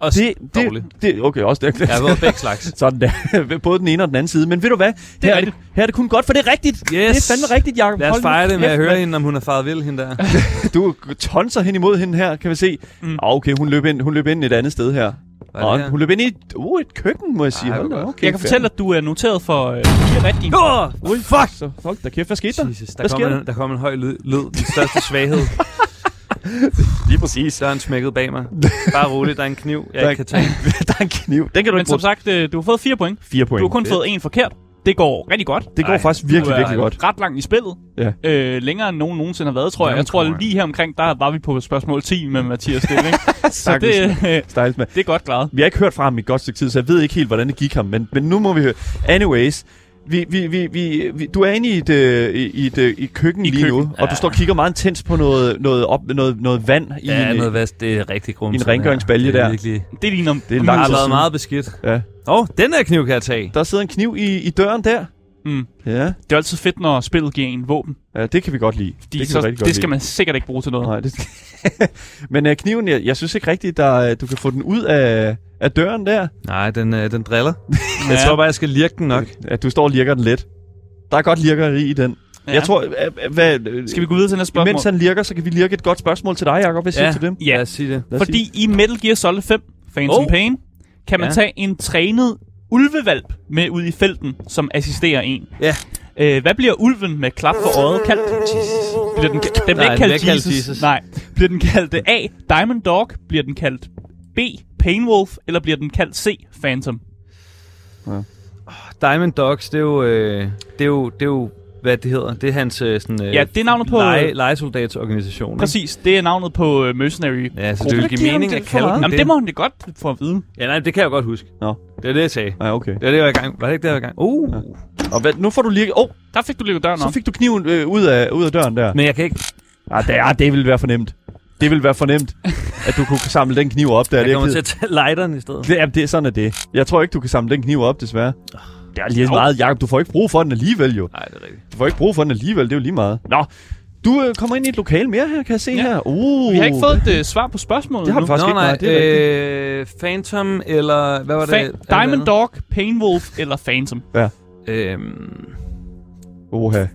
D: Og
B: Det, det,
D: dårligt. altså.
B: det, okay, også det.
D: Jeg har været begge slags.
B: *laughs* Sådan der. *laughs* Både den ene og den anden side. Men ved du hvad? Her er, det,
C: rigtigt.
B: her er det kun godt, for det er rigtigt. Yes. Det er fandme rigtigt, Jacob.
D: Lad os
B: Hold nu
D: fejre det med
B: kæft,
D: at høre
B: mand.
D: hende, om hun er faret vild, hende der.
B: Du tonser hen imod hende her, kan vi se. Mm.
C: Mm.
B: Ah, okay, hun løb, ind, hun løb ind et andet sted her.
D: Var det
B: Og
D: her?
B: hun løb ind i et, uh, et køkken, må jeg sige.
D: Ej,
B: Hold
D: hvor
B: da,
D: godt.
B: okay,
C: Jeg kan
B: fair.
C: fortælle, at du er noteret for øh, fire rigtige.
D: Åh,
B: Ui, fuck! Så, hold da kæft, hvad skete der?
D: Jesus, der,
B: Hvad
D: kom
B: sker der?
D: en, der kom en høj lyd, lyd den største svaghed.
B: *laughs* Lige præcis.
D: Så er han smækket bag mig. Bare roligt, der er en kniv, jeg
B: Der er-
D: ikke kan tage.
B: *laughs* der er en kniv. Den kan du
C: Men
B: ikke
C: som
B: bruge.
C: sagt, øh, du har fået fire point.
B: Fire point.
C: Du har kun
D: Det-
C: fået en forkert. Det går rigtig godt.
B: Det går
D: Ej,
B: faktisk
C: Du
B: virkelig,
C: er
B: virkelig godt.
C: ret langt i spillet.
B: Ja.
C: Øh, længere end nogen nogensinde har været, tror jeg. Jeg tror
D: Jamen,
C: lige her omkring, der var vi på spørgsmål 10 med Mathias Stilling.
B: *laughs*
C: så det,
B: Stakkels
C: øh,
B: Stakkels mand.
C: det er godt klaret.
B: Vi har ikke hørt fra ham i et godt stykke tid, så jeg ved ikke helt, hvordan det gik ham. Men, men nu må vi høre. Anyways, vi, vi, vi, vi, vi, du er inde i et, øh, i, i et, øh, i et køkken
C: I
B: lige
C: køkken,
B: nu, og du står og kigger meget intens på noget, noget, op, noget, noget vand i
D: Ja,
B: en,
D: noget vast, det er rigtig grumt.
B: i en rengøringsbalje der.
D: Virkelig,
C: Det ligner...
B: Det er
D: der
B: lang
D: har
B: tid
D: været
B: siden.
D: meget beskidt.
B: Ja.
D: Åh, oh, den der kniv kan jeg tage.
B: Der sidder en kniv i, i døren der.
C: Mm.
B: Ja.
C: Det er altid fedt, når spillet giver en våben.
B: ja, det kan vi godt lide.
C: Fordi
B: det
C: det,
B: kan
C: så,
B: vi rigtig godt
C: det skal
B: lide.
C: man sikkert ikke bruge til noget.
B: Nej, det... *laughs* Men øh, kniven, jeg, jeg synes ikke rigtigt, der, øh, du kan få den ud af, af døren der.
D: Nej, den, øh, den driller. Ja. Jeg tror bare, jeg skal lirke den nok.
B: At du står og lirker den lidt. Der er godt lirkeri i den. Ja. Jeg tror, øh, øh, hvad, øh,
C: Skal vi gå videre til næste spørgsmål?
B: mens han lirker, så kan vi lirke et godt spørgsmål til dig, Jacob, hvis ja. til dem.
C: Ja.
D: lad os sige det.
B: Lad os sige
C: Fordi i Metal Gear Solid 5, Phantom
D: Oh.
C: oh. Pain, kan man
D: Ja.
C: ja. tage en trænet ulvevalp med ud i felten, som assisterer en.
D: Ja.
C: Øh, hvad bliver ulven med klap for øjet kaldt? Jesus. Bliver den, den bliver
D: Nej,
C: ikke
D: den
C: kaldt
D: bliver
C: Jesus.
D: kaldt Jesus.
C: Nej. Bliver den kaldt øh, A, Diamond Dog? Bliver den kaldt B, Painwolf? Eller bliver den kaldt C, Phantom?
D: Mm. Diamond Dogs, det er jo, øh, det er jo, det er jo hvad det hedder. Det er hans øh, sådan, øh,
C: Ja, det er navnet på-
D: Lege,
B: øh,
D: legesoldatsorganisation. ikke?
C: Præcis, det er navnet på uh, Mercenary.
D: Ja, så det vil
B: Hvorfor
D: give
B: giver
D: mening
B: han
D: at
B: det
D: kalde
B: for
D: den
B: meget?
C: Jamen, det må han da godt få at vide.
D: Ja, nej, det kan jeg godt huske.
B: Nå.
D: Det er det, jeg sagde.
B: Ja, okay.
D: Det var det, jeg var i gang. Var det ikke det, jeg var i gang? Uh.
B: Ja. Og hvad, nu får du lirket... Åh, oh,
C: Der fik du lige døren
B: så
C: op.
B: fik du kniven øh, ud, af, ud af døren der.
D: Men jeg kan ikke...
B: Ah, det, ah, det ville være fornemt. Det ville være fornemt, at du kunne samle den kniv op der.
D: Jeg
B: Det er
D: kommer
B: ked-
D: til at tage lighteren i stedet.
B: Det, jamen, det er sådan, at det. Jeg tror ikke, du kan samle den kniv op, desværre. Det er lige
C: Au.
B: meget, Jacob. Du får ikke brug for den alligevel, jo.
D: Nej, det er rigtigt.
B: Du får ikke brug for den alligevel, det er jo lige meget. Nå, du øh, kommer ind i et lokal mere her, kan jeg se
C: Ja.
B: her. Uh,
C: Vi har ikke fået et uh, svar på spørgsmålet
B: Det har vi
C: nu.
B: faktisk
D: Nå,
B: ikke.
D: nej,
B: det er rigtigt.
D: øh, Phantom eller... Hvad var det?
C: Fa-
D: Alt
C: Diamond
D: andet?
C: Dog, Painwolf eller Phantom?
D: Øhm,
B: Oha.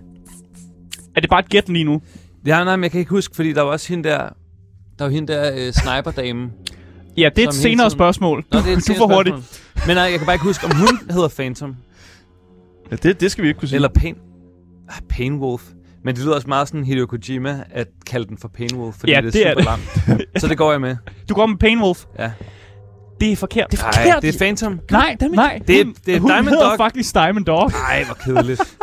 C: Er det bare et gæt lige nu?
D: ja, nej, men jeg kan ikke huske, fordi der var også hende der...
A: Der er jo hende der øh, sniperdamen.
C: Ja, det er et
D: Som hele
C: senere
D: tiden-
C: spørgsmål.
D: *laughs* Nå, det er
C: *laughs*
D: et
C: du
D: senere
C: får hurtigt.
D: spørgsmål. Men nej, jeg kan bare ikke huske, om hun hedder Phantom.
B: Ja, det, det skal vi ikke kunne sige.
D: Eller Pain... Ah, Painwolf. Men det lyder også meget sådan Hideo Kojima at kalde den for Painwolf, fordi
C: Ja,
D: det er
C: det er
D: super
C: det.
D: lamt. *laughs* Så det går jeg med.
C: Du går med Painwolf.
D: Ja.
C: Det er forkert. Det
D: Nej, det er Phantom.
C: nej, nej.
D: Det er-
C: hun-
D: det er
C: hun
D: Diamond
C: hedder
D: Dog.
C: faktisk Diamond Dog.
D: Nej, hvor kedeligt.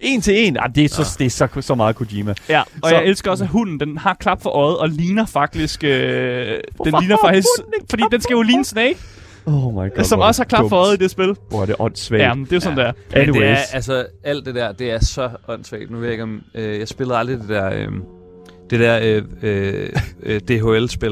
B: en til en. Ah, det er så, det er så, så meget Kojima.
C: Ja, og
B: Så-
C: så. jeg elsker også, at hunden den har klap for øjet og ligner faktisk... Øh, den
B: Hvorfor
C: ligner
B: har
C: faktisk...
B: hunden ikke
C: Fordi
B: klap
C: den skal jo
B: for
C: ligne Snake,
B: Oh my god.
C: som
B: hvor er
C: også har
B: det
C: klap for
B: dumt.
C: øjet i det spil.
B: Hvor er det åndssvagt.
C: Ja, men det er jo sådan, ja. der.
A: Men det er,
B: Anyways.
A: altså,
D: alt det der, det er så åndssvagt. Nu ved jeg ikke om... Øh, jeg spillede aldrig det der... Øh, det der øh, øh, øh, DHL-spil.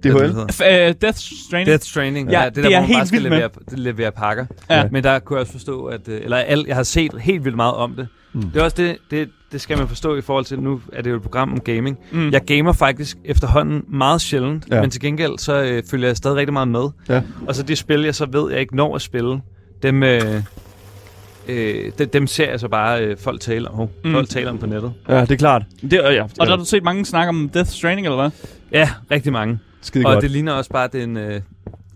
D: Hvad
B: DHL.
D: hedder.
C: F- øh, Death Stranding.
D: Death Stranding.
C: Ja,
D: Ja, ja det,
C: det
D: der,
C: er jeg
D: hvor man
C: helt
D: bare skal
C: vild med.
D: levere, levere pakker. Ja.
C: Ja.
D: Men der kunne jeg også forstå, at... øh, Eller al, jeg har set helt vildt meget om det. Mm.
B: Mm.
D: Det er også det, det, det skal man forstå i forhold til, nu er det jo et program om gaming.
C: Mm.
D: Jeg gamer faktisk efterhånden meget sjældent, ja.
B: Mm-hmm. Ja.
D: men til gengæld så øh, følger jeg stadig rigtig meget med.
B: Ja.
D: Og så de spil, jeg så ved, jeg ikke når at spille, dem, øh, øh, de, dem ser jeg så bare øh, folk tale om. Oh, mm.
C: Mm.
D: Folk taler om på nettet.
B: Ja, det er klart. Det er, ja,
C: Og der har du set mange snakke om Death Stranding, eller hvad?
D: Ja, rigtig mange.
B: skide
D: Det og
B: godt.
D: det ligner også bare, at det er en, øh,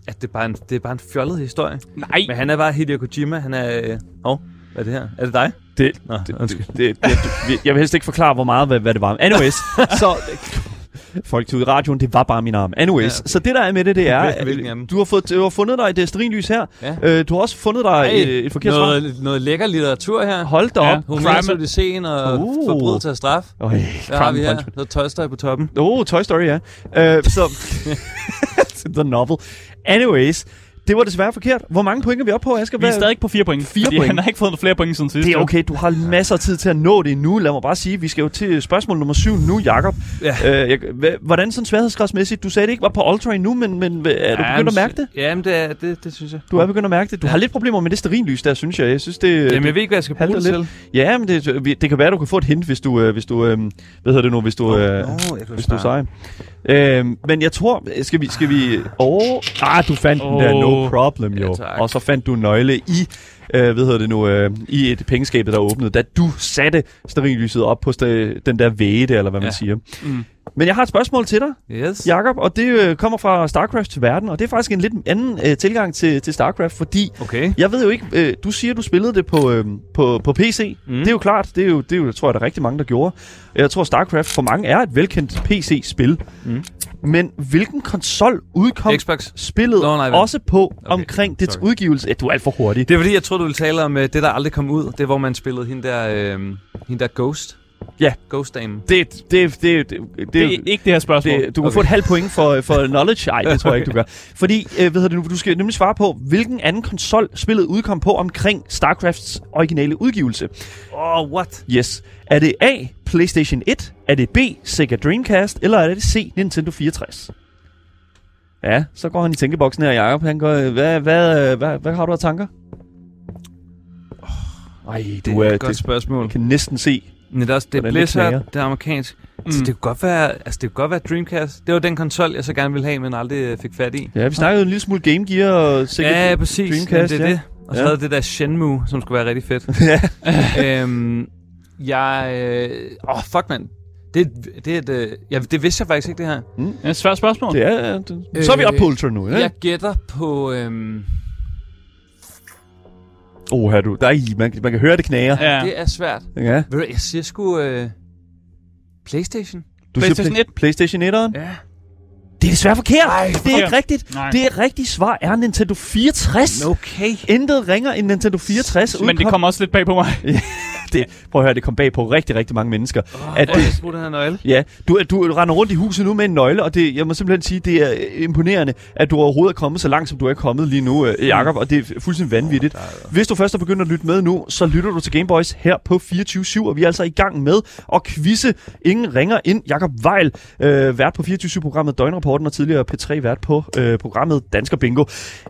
D: at det er bare en, det er bare en fjollet historie.
C: Nej.
D: Men han er bare Hideo Kojima. Han er... Øh, oh, hvad er det her? Er det dig?
B: Det-
D: Nå,
B: Det,
D: undskyld.
B: det, det, det, jeg vil helst ikke forklare, hvor meget, hvad, hvad det var. Anyways, så... Folk tog i radioen, det var bare min arm. Anyways,
D: Ja,
B: ja, okay. så det der er med det, det er,
D: Hvil-
B: at
D: hvilken af dem?
B: du har, fået, du har fundet dig et øh, stearinlys her.
A: Ja.
B: Øh, du har også fundet dig
A: Ej,
B: et, et forkert svar.
D: noget, noget lækker litteratur her.
B: Hold da
C: Ja.
B: op.
D: Homers Odysseen og
B: Uh.
D: uh. forbrydelse af straf.
B: Øj,
D: Hvad har vi her?
B: Crime
D: Noget Tolstoy på toppen.
B: Oh, Toy Story, ja. Øh, så... *laughs* The novel. Anyways, det var desværre forkert. Hvor mange point er vi oppe på, Asger?
C: Vi er
B: Hvad-
C: stadig ikke på fire point.
B: Fire
C: fordi
B: point.
C: han har ikke fået flere point siden sidst.
B: Det er
C: jo.
B: okay, du har masser af tid til at nå det nu. Lad mig bare sige, vi skal jo til spørgsmål nummer 7 nu, Jakob.
D: Ja.
B: Øh, jeg, hva- hvordan sådan sværhedsgradsmæssigt? Du sagde, det ikke var på ultra endnu, men, men hva- er du begyndt at mærke det?
D: Jamen, det, er, det, det synes jeg.
B: Du er begyndt at mærke det. Du har lidt problemer med det sterinlys der, synes jeg. Jeg synes, det...
D: Øh, Jamen, jeg ved ikke, hvad jeg skal bruge
B: halter
D: det
B: lidt.
D: til.
B: Ja, men det, vi- det kan være, at du kan få et hint, hvis du... øh, Hvis du øh, hvad hedder det nu? Hvis du... Øh,
D: jeg kan
B: hvis du er sej. Øhm, men jeg tror, skal vi... Skal vi oh, ah, du fandt oh. den der, no
C: Åh.
B: problem jo.
D: Ja, tak.
B: og så fandt du en nøgle i, øh, hvad hedder det nu, øh, i et pengeskabet, der åbnede, da du satte sterinlyset op på sta- den der væde, eller hvad man
D: Ja.
B: ja. siger.
C: Mm.
B: Men jeg har et spørgsmål til dig,
D: Yes. Ja.
B: Jakob, og det øh, kommer fra StarCraft til verden, og det er faktisk en lidt anden øh, tilgang til, til StarCraft, fordi
D: Okay.
B: jeg ved jo ikke, øh, du siger, du spillede det på, øh, på, på PC.
D: Mm.
B: Mm. Det er jo klart, det er jo, det er jo, tror jeg, der er rigtig mange, der gjorde. Jeg tror, StarCraft for mange er et velkendt PC-spil.
D: Mm.
B: Mm. Men hvilken konsol udkom X-
D: Xbox.
B: spillet Nå,
D: Nå, nej,
B: nej,
D: vel.
B: også på
D: Okay,
B: okay. omkring dets
D: sorry.
B: udgivelse? Ja, du er alt for hurtig.
D: Det er fordi, jeg troede, du ville tale om øh, det, der aldrig kom ud. Det er, hvor man spillede øhm, hende der, øh, hende der Ghost.
B: Ja.
D: Ghost Dame.
B: Det, det, det, det, det,
C: Det er ikke det her spørgsmål.
B: det, du kan okay. få et halvt point for, for knowledge. Ej, det tror jeg ikke, du gør. Fordi, øh, hvad hedder det nu, du skal nemlig svare på, hvilken anden konsol spillet udkom på omkring StarCrafts originale udgivelse.
D: Åh, oh, what?
B: Yes. Er det A, PlayStation 1? Er det B, Sega Dreamcast? Eller er det C, Nintendo 64? Ja, så går han i tænkeboksen her, Jacob. Han går, øh, hvad, hvad, øh, hvad, hvad har du af tanker? Ej,
D: Det er et godt spørgsmål.
B: Jeg kan næsten se.
D: Men det er også, det er
B: Hvordan det
D: Blizzard,
B: knager.
D: det er amerikansk. Mm. Så
C: Mm.
D: det kunne godt være, altså det kunne godt være Dreamcast. Det var den konsol, jeg så gerne ville have, men aldrig øh, fik fat i.
B: Ja, vi snakkede jo en lille smule Game Gear og Sega
D: Ja, præcis.
B: Dreamcast,
D: Dreamcast, det er
B: ja.
D: ja. det. Og så
B: Ja.
D: havde det der Shenmue, som skulle være rigtig fedt.
B: *laughs* Ja.
D: øhm, jeg... øh, Åh, øh, fuck, mand. Det, er et- det, er et, øh, ja, det vidste jeg faktisk ikke, det her.
C: Det er et svært spørgsmål.
B: Det er, *laughs* det. Så er vi
A: Øh,
B: oppe på Ultra nu, ikke?
A: Jeg gætter på... Øhm,
B: Åh, her du. Der er i. Man, man kan høre, det knager.
C: Ja.
A: ja. Det er svært.
B: Ja.
D: Ved du, jeg siger sgu... Øh, Playstation?
B: Du
C: PlayStation 1.
B: PlayStation 1'eren.
D: Ja.
B: Det er desværre forkert. Ej, det er ikke
C: fuck.
B: rigtigt.
C: Nej.
B: Det rigtige svar er Nintendo 64.
D: Okay.
B: Intet ringer end Nintendo 64.
C: Men det
B: udkom-
C: kommer også lidt bag på mig.
B: det, prøv at høre, det kom bag på rigtig, rigtig mange mennesker.
D: Oh,
B: At
D: at
B: det-
D: det... Jeg skulle den her nøgle.
B: Ja, du, du render rundt i huset nu med en nøgle, og det, jeg må simpelthen sige, det er øh, imponerende, at du overhovedet er kommet så langt, som du er kommet lige nu, øh, Jakob, og det er fuldstændig vanvittigt. Hvis du først er begyndt at lytte med nu, så lytter du til Gameboys her på 24.7, og vi er altså i gang med at quizze Ingen ringer ind. Jakob Vejl, øh, vært på 24.7-programmet Døgnrapporten, og tidligere P3-vært på øh, programmet Dansker Bingo.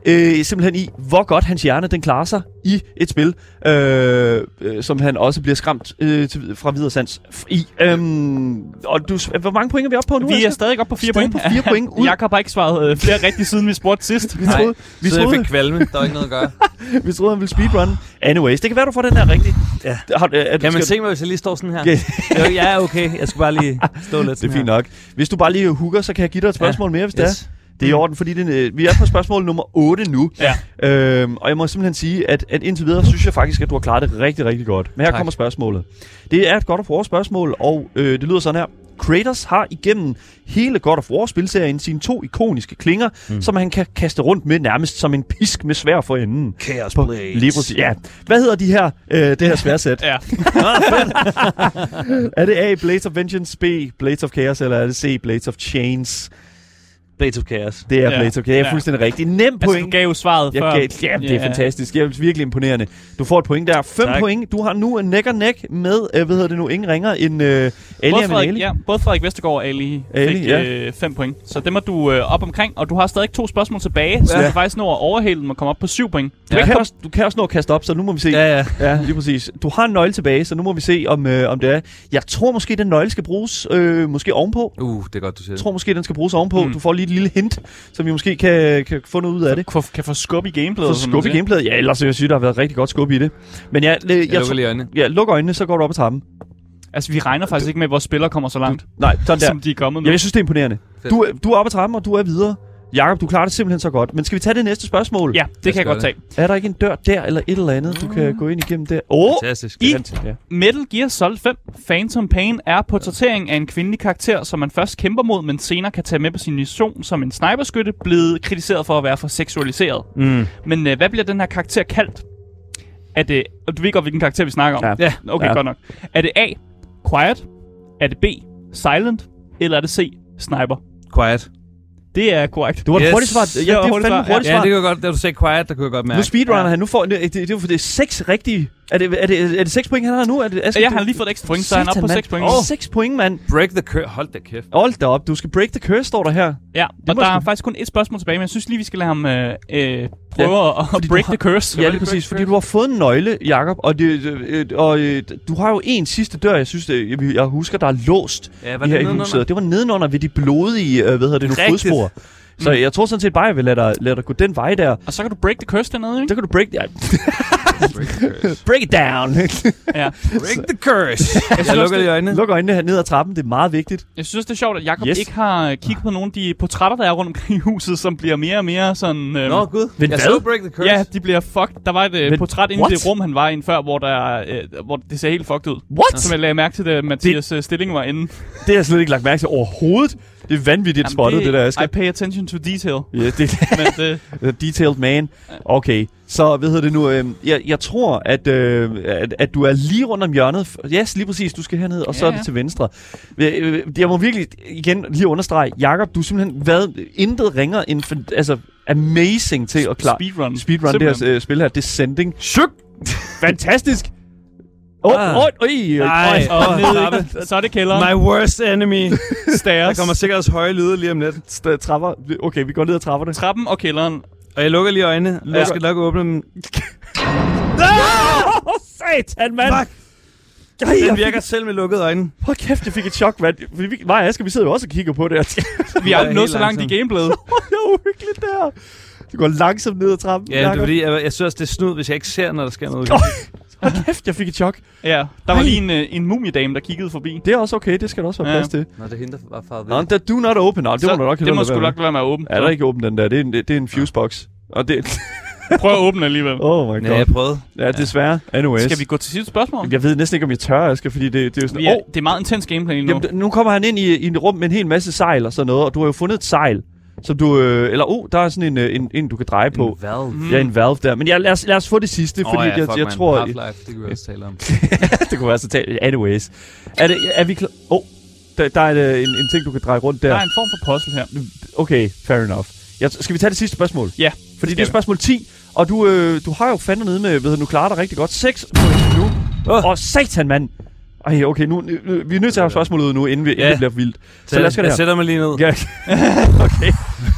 B: Øh, simpelthen i, hvor godt hans hjerne den klarer sig i et spil, øh, øh, som han også bliver skræmt øh, til, fra videre sans f- i. Øhm, og du, s- hvor mange point er vi oppe på nu?
C: Vi er
B: Asger?
C: stadig oppe på fire
B: Stadig
C: point.
B: på fire
C: *laughs*
B: point ud.
C: Jakob har ikke svaret øh, flere
B: *laughs*
C: rigtigt, siden vi spurgte sidst.
B: Vi troede, vi
D: så
B: troede,
D: jeg fik kvalme. Der var ikke noget at *laughs* gøre.
B: vi troede, han ville speedrun. Anyways, det kan være, du får den her rigtig.
D: Ja.
B: Har, øh, er, du-
D: Kan man
B: skal-
D: se mig, hvis jeg lige står sådan her?
B: Ja.
D: *laughs* Jo, ja, okay. Jeg skulle bare lige stå *laughs* lidt
B: Det
D: sådan
B: er fint nok. Hvis du bare lige hooker, så kan jeg give dig et spørgsmål ja. mere, hvis
D: her.
B: det er.
D: Yes.
B: Det er i orden, fordi det, øh, vi er på spørgsmål nummer 8 nu.
C: Ja.
B: Øhm, og jeg må simpelthen sige, at, at indtil videre synes jeg faktisk, at du har klaret det rigtig, rigtig godt. Men her tak.
D: Tak.
B: kommer spørgsmålet. Det er et godt of War spørgsmål, og øh, det lyder sådan her. Kratos har igennem hele God of War-spilserien sine to ikoniske klinger, mm. som han kan kaste rundt med nærmest som en pisk med svær for enden.
D: Chaos
B: På- Lige præcis, ja. Hvad hedder de her, øh, det her
C: *laughs*
B: sværsæt?
C: Ja.
B: er det A, Blades of Vengeance, B, Blades of Chaos, eller er det C, Blades of Chains?
D: Blades of Chaos.
B: Det er
C: Ja.
B: Blades of Chaos. Det er
C: Ja.
B: fuldstændig rigtigt. Nem point.
C: Altså, du gav jo svaret
B: Jeg
C: før.
B: gav, ja, det er
C: Ja.
B: fantastisk. Jeg er virkelig imponerende. Du får et point der. Fem
D: Tak.
B: point. Du har nu en neck og neck med, øh, hvad hedder det nu, ingen ringer end øh, Ali
C: Både
B: Amin
C: Frederik,
B: Ali.
C: ja, både Frederik Vestergaard og Ali,
B: Ali,
C: fik
B: ja.
C: 5 øh, fem point. Så dem er du øh, op omkring, og du har stadig to spørgsmål tilbage, så
B: Ja.
C: du kan faktisk nå at overhale dem og komme op på 7 point. Du
B: Du, ja.
C: kan ikke
B: kan
C: komme
B: også, du kan også nå at kaste op, så nu må vi se.
D: Ja, ja.
B: ja lige præcis. Du har en nøgle tilbage, så nu må vi se, om, øh, om det er. Jeg tror måske, den nøgle skal bruges øh, måske ovenpå.
D: Uh, det er godt, du siger
B: Jeg
D: det.
B: tror måske, den skal bruges ovenpå. Mm.
C: Mm.
B: Du får lige et lille hint, som vi måske kan, kan få noget ud af det.
C: kan, kan få skub i gameplayet.
B: Så
C: som man
B: skub i
C: siger.
B: gameplayet. Ja, ellers vil jeg sige, der har været rigtig godt skub i det. Men jeg, øh, jeg, jeg,
D: Jeg lukker
B: jeg
D: lige øjnene.
B: ja, luk øjnene, så går du op ad trappen.
C: Altså, vi regner faktisk ikke med, at vores spillere kommer så langt,
B: Nej, sådan der.
C: som de er kommet
B: Ja,
C: med.
B: jeg synes, det er imponerende.
D: Fedt.
B: Du, er- du er oppe ad trappen, og du er videre. Jakob, du klarer det simpelthen så godt. Men skal vi tage det næste spørgsmål?
C: Ja, Ah. det kan jeg
D: skal
C: godt tage.
B: Er der ikke en dør der, eller et eller andet, du kan gå ind igennem der? Åh! Oh!
D: Fantastisk.
C: I
B: Ja.
C: Metal Gear Solid 5 Phantom Pain er portrættering af en kvindelig karakter, som man først kæmper mod, men senere kan tage med på sin mission som en sniperskytte, blevet kritiseret for at være for seksualiseret.
D: Mm.
C: Men øh, hvad bliver den her karakter kaldt? Er det... og Du ved godt, hvilken karakter vi snakker om.
B: Ja.
C: Okay,
B: Ja.
C: godt nok. Er det A. Quiet? Er det B. Silent? Eller er det C. Sniper?
D: Quiet.
C: Det er korrekt.
B: Det var et
D: Yes.
B: hurtigt svar. Ja, det
C: Det var
B: var
C: hurtigt
B: fandme
C: svar, ja.
B: hurtigt
D: Ja,
B: svar.
D: det kunne jeg godt, da du sagde quiet, der kunne jeg godt mærke.
B: Nu speedrunner
C: Ja.
B: han. Nu får, det, det, det, er, for- det er seks rigtige. Er det, er, det, er det seks point, han har nu? Er det, Asger,
C: Jeg
B: du-
C: har lige fået et ekstra point, så er han
B: Satan,
C: oppe på
B: mand.
C: 6 point.
B: Åh, 6 point, mand.
D: Break the curse. Hold da kæft.
B: Hold da op. Du skal break the curse, står der her.
C: Ja,
B: må
C: og der
B: sgu-
C: er faktisk kun et spørgsmål tilbage, men jeg synes lige, vi skal lade ham øh, øh, prøve at,
B: fordi
C: at
B: du
C: break
B: har-
C: the curse.
B: Ja, lige præcis, fordi du har fået en nøgle, Jakob, og, det, øh, øh, og øh, du har jo en sidste dør, jeg synes, det, jeg, jeg husker, der er låst.
D: Ja,
B: var her i huset. Det var nedenunder ved de blodige, øh, hvad hedder det nu,
D: Rigtigt.
B: fodspor. Så jeg tror sådan set bare, jeg vil lade dig, lade dig gå den vej der.
C: Og så kan du break the curse dernede, ikke?
B: Der kan du break, ja,
D: Break the curse.
B: break it *laughs* down.
C: Ja.
D: *laughs* Break the curse.
C: synes
D: jeg lukker
C: også,
D: lige øjnene.
B: Luk øjnene her ned ad trappen, det er meget vigtigt.
C: Jeg synes også, det er sjovt, at Jacob
B: Yes.
C: yes. ikke har øh, kigget på nogle af de portrætter, der er rundt omkring i huset, som bliver mere og mere sådan... Øh,
D: Nå, gud.
B: Men hvad?
D: jeg så break the curse.
C: Ja, de bliver fucked. Der var et øh,
B: Men-
C: portræt inde
B: what?
C: i det rum, han var i en før, hvor, der, øh, hvor det ser helt fucked ud.
B: What?
C: Som jeg lagde mærke til, da Mathias det... Stilling var inde.
B: Det har jeg slet ikke lagt mærke til overhovedet. Det er vanvittigt Jamen spottet, det, det der, Asger. *laughs*
C: I pay attention to detail.
B: Ja, det
C: Men det,
B: er detailed man. Okay, Så hvad hedder det nu? Øh, jeg, jeg tror, at, øh, at, at du er lige rundt om hjørnet. Ja, yes, lige præcis. Du skal herned, og så
C: Ja,
B: er
C: ja.
B: det til venstre. Øh, øh, Jeg må virkelig igen lige understrege. Jakob, du er simpelthen været intet ringer end for, altså, amazing til at klare
C: Speedrun.
B: speedrun det her øh, spil her. Descending.
D: Syk!
B: Fantastisk! Åh, oh,
D: Ah.
B: åh, oh, oh,
D: Nej,
C: Og
D: og ned.
C: ned, så er det kælderen.
D: My worst enemy. *laughs* Der
C: stairs.
D: kommer sikkert også høje lyde lige om lidt.
B: trapper. Okay, vi går ned ad trapperne.
C: Trappen og kælderen.
D: Og jeg lukker lige øjnene. Jeg skal nok åbne dem.
B: Åh, satan, mand!
D: Fuck.
B: Ej, jeg
D: Den
B: fik-
D: virker selv med lukkede øjne.
B: Hold kæft, jeg fik et chok, mand. Fordi vi, mig og Aske, vi sidder jo også og kigger på det. *laughs* og tænker,
C: Vi har
D: Ja,
C: ikke nået
D: helt
C: så langt i
B: *laughs*
D: langsomt.
C: gameplayet.
B: det er uhyggeligt der. Du går langsomt ned ad trappen.
D: Ja, det er
B: Jakob.
D: fordi, jeg, jeg synes også, det er snud, hvis jeg ikke ser, når der sker noget.
B: Hold kæft, jeg fik et chok.
C: Ja, der var
B: Ej.
C: lige en, øh, en mumiedame, der kiggede forbi.
B: Det er også okay, det skal der også være
C: Ja.
B: plads til.
D: Nå, det henter bare far
B: Nå, men der do not open. Nå, det må
C: Så
B: du nok
C: det må sgu nok være med at åbne.
B: Ja, der er ikke åben den der. Det er en, det er en fusebox. Og det...
C: Prøv at åbne alligevel.
B: *laughs* Oh my
D: Ja, jeg
B: god.
D: prøvede.
B: Ja, desværre. Anyways.
C: Skal vi gå til sidste spørgsmål?
B: Jeg ved næsten ikke, om jeg tør, Asger, fordi det, det er jo sådan...
C: Vi
B: Åh,
C: er,
B: oh,
C: det er meget intens gameplay lige nu.
B: Jamen,
C: Jamen,
B: d- nu kommer han ind i, i en rum med en hel masse sejl og sådan noget, og du har jo fundet et sejl, som du... Øh, eller, oh, der er sådan en, øh, en, en du kan dreje på.
D: Valve.
B: Mm. Ja, en valve der. Men ja, lad, os, lad os få det sidste, oh, fordi ja, jeg, jeg tror... øh,
D: Half-Life, det kan vi også tale om.
B: *laughs* det kunne være så talt. Anyways. Er, det, er vi klar? Åh, oh, der, der er øh, en, en ting, du kan dreje rundt
C: der
B: der.
C: er en form for puzzle her.
B: Okay, fair enough. Jeg, skal vi tage det sidste spørgsmål?
C: Ja,
B: Fordi
C: skal
B: det er
C: vi.
B: spørgsmål 10, og du, øh, du har jo fandme nede med, ved du, klarer dig rigtig godt. 6 point nu.
D: Åh.
B: Åh, oh. satan, mand. Ej, okay, nu, nu, nu- vi er nødt til at have spørgsmålet ud nu, inden, vi, inden
D: Ja.
B: det bliver for vildt. Så lad os gøre det
D: jeg
B: her.
D: sætter mig lige ned.
B: Ja. *laughs* okay.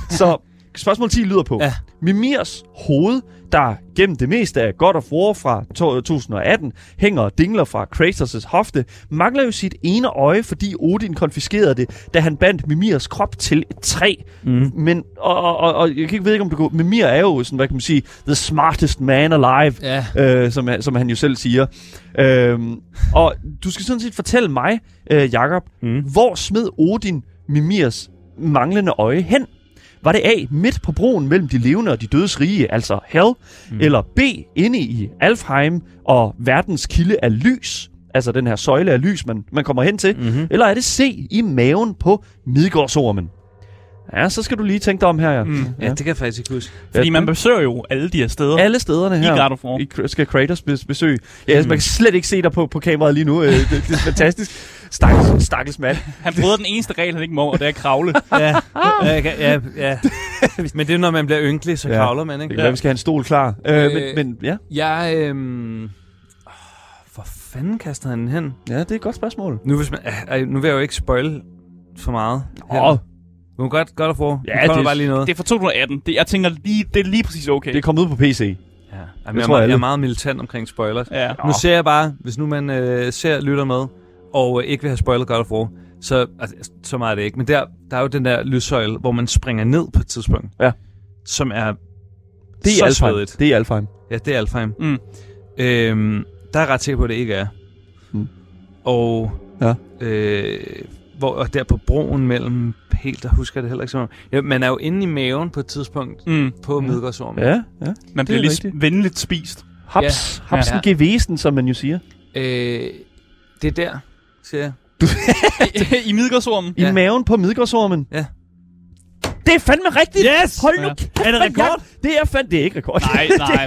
B: Så spørgsmål 10 lyder på.
D: Ja.
B: Ja. Mimirs hoved, der gennem det meste af God of War fra to- 2018 hænger og dingler fra Kratos' hofte, mangler jo sit ene øje, fordi Odin konfiskerede det, da han bandt Mimirs krop til et træ. Mm. Men, og, og, og, og jeg kan ikke ved ikke, om du går... Mimir er jo sådan, hvad kan man sige, the smartest man alive
A: Ja.
B: øh, som, som han jo selv siger. Øhm, og du skal sådan set fortælle mig, øh, Jakob, mm. hvor smed Odin Mimirs manglende øje hen? Var det A, midt på broen mellem de levende og de dødes rige, altså Hell? Mm. Eller B, inde i Alfheim og verdens kilde af lys? Altså den her søjle af lys, man, man kommer hen til. Mm-hmm. Eller er det C, i maven på Midgårdsormen? Ja, så skal du lige tænke dig om her. Ja. Mm.
D: Ja, det kan jeg faktisk ikke huske.
C: Fordi man besøger jo alle de her steder.
B: Alle stederne her.
C: God of War.
B: I Kr- skal Kratos bes- besøge. Ja, altså, man kan slet ikke se dig på, på kameraet lige nu. Øh, det, det, er fantastisk. Stakkels, stakkels mand.
C: Han brød den eneste regel, han ikke må, og det er at
B: *laughs*
C: kravle.
D: ja. ja, jeg kan- ja, ja. Men det er, når man bliver ynkelig, så
B: Ja.
D: kravler man,
B: Det
D: ikke?
B: kan være, vi skal have en stol klar. Øh, øh, men,
A: Øh.
B: men ja.
A: Jeg, øhm,
D: Hvor fanden kaster han den hen?
B: ja, det er et godt spørgsmål.
D: Nu, hvis man, øh, øh, nu vil jeg jo ikke spoil for meget. her.
B: Åh,
D: Du må godt, godt at få.
B: Ja,
D: Ja, det kommer
B: det-
D: bare lige noget.
C: Det er fra 2018. Det, jeg tænker, lige, det er lige præcis okay.
B: det er kommet ud på PC.
D: ja. Jamen, jeg,
B: tror
D: tror,
B: jeg
D: jeg, jeg er
B: alle.
D: meget militant omkring spoilers.
C: ja.
D: Nu ser jeg bare, hvis nu man øh, ser og lytter med, og øh, ikke vil have spoilet God of War, så, altså, så meget er det ikke. Men der, der er jo den der lyssøjle, hvor man springer ned på et tidspunkt.
B: Ja.
D: Som er
B: Det er i
D: så
B: Alfheim.
D: svedigt.
B: Det er i Alfheim.
D: Ja, det er Alfheim.
C: Mm.
D: Øhm, der er jeg ret sikker på, at det ikke er.
B: Mm.
D: Og,
B: Ja.
D: øh, hvor, og der på broen mellem helt, der husker jeg det heller ikke så meget. ja, Man er jo inde i maven på et tidspunkt
C: Mm.
D: på ja. Midgårdsormen.
B: Ja, ja.
C: Man bliver
B: er
C: lige
B: rigtigt.
C: rigtigt.
B: *laughs*
C: venligt spist.
B: Haps, ja. hapsen ja. gevesen, som man jo siger.
D: Øh, det er der, siger jeg.
C: I Midgårdsormen.
B: I
D: Ja.
B: maven på Midgårdsormen.
D: Ja.
B: Det er fandme rigtigt!
D: Yes!
B: Hold nu
C: Ja.
B: kæft, Er det rekord? Det er fandme... Det er ikke rekord. *laughs*
C: Nej, nej.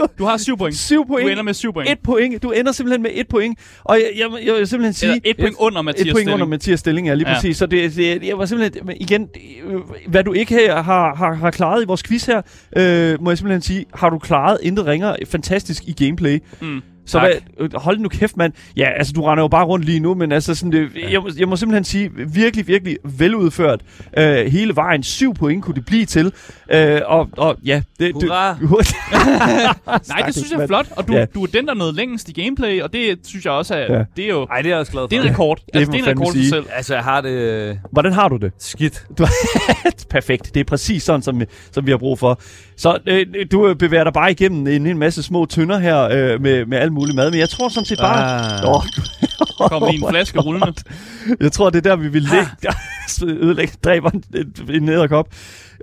B: du,
C: Du har syv point.
B: syv point.
C: Du ender med syv point.
B: Et point. Du ender simpelthen med et point. Og jeg, jeg, jeg vil simpelthen sige...
C: Eller et point under Mathias
B: et point under
C: Stilling.
B: Mathias Stilling, ja, lige
C: Ja.
B: ja. præcis. Så det, det, jeg var simpelthen, men igen, øh, hvad du ikke her har, har, har klaret i vores quiz her, øh, må jeg simpelthen sige, har du klaret intet ringer fantastisk i gameplay.
C: Mm.
B: *laughs* Så
D: Tak.
B: hvad, øh, hold nu kæft, mand. Ja, altså, du render jo bare rundt lige nu, men altså, sådan, det, jeg, må- jeg må simpelthen sige, virkelig, virkelig veludført øh, hele vejen. Syv point kunne det blive til. Øh, og, og ja, det...
D: Hurra!
B: Du,
C: Nej, det synes jeg er
B: mand.
C: flot, og du,
B: Ja.
C: du er den, der nåede længst i gameplay, og det synes jeg også er,
B: Ja.
C: det er jo,
D: Ej, det er jeg også glad for.
C: det er en rekord. Det, altså,
B: må
C: det er en
B: fandme
C: rekord for sig
B: sige.
C: selv.
D: Altså, jeg har det øh,
B: *laughs* Hvordan har du det?
D: skidt.
B: *laughs* Perfekt. Det er præcis sådan, som, som vi har brug for. Så øh, du øh, bevæger dig bare igennem en hel masse små tønder her øh, med, med al mulig mad, men jeg tror sådan set bare...
D: Ah.
B: Åh, *laughs* Oh,
C: Kom i en flaske rullende.
B: jeg tror, det er der, vi vil ligge. ødelægger, dræber en, en nederkop.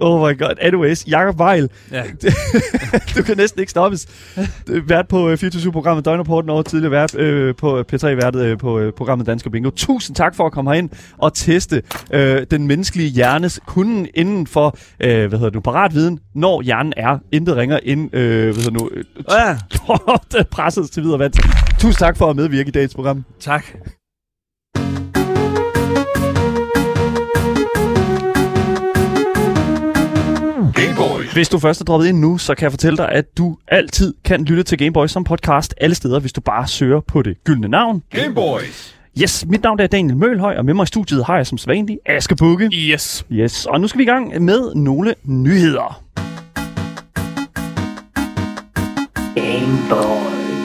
B: Oh my god. Anyways, Jakob Weil,
D: Ja.
B: *laughs* du kan næsten ikke stoppes. Vært på øh, 24-programmet Døgnrapporten og tidligere vært øh, på P3-værtet øh, på øh, programmet Dansk Bingo. Tusind tak for at komme herind og teste øh, den menneskelige hjernes kunden inden for, øh, hvad hedder du, paratviden, når hjernen er intet ringer end, øh, hvad hedder nu, øh, *laughs*
D: ja.
B: t- presses til videre vand. Tusind tak for at medvirke i dagens program.
D: Tak.
B: Hvis du først er droppet ind nu, så kan jeg fortælle dig, at du altid kan lytte til Gameboy som podcast alle steder, hvis du bare søger på det gyldne navn.
E: Gameboys!
B: Yes, mit navn er Daniel Mølhøj, og med mig i studiet har jeg som sædvanlig Aske Bukke.
C: Yes.
B: Yes, og nu skal vi i gang med nogle nyheder.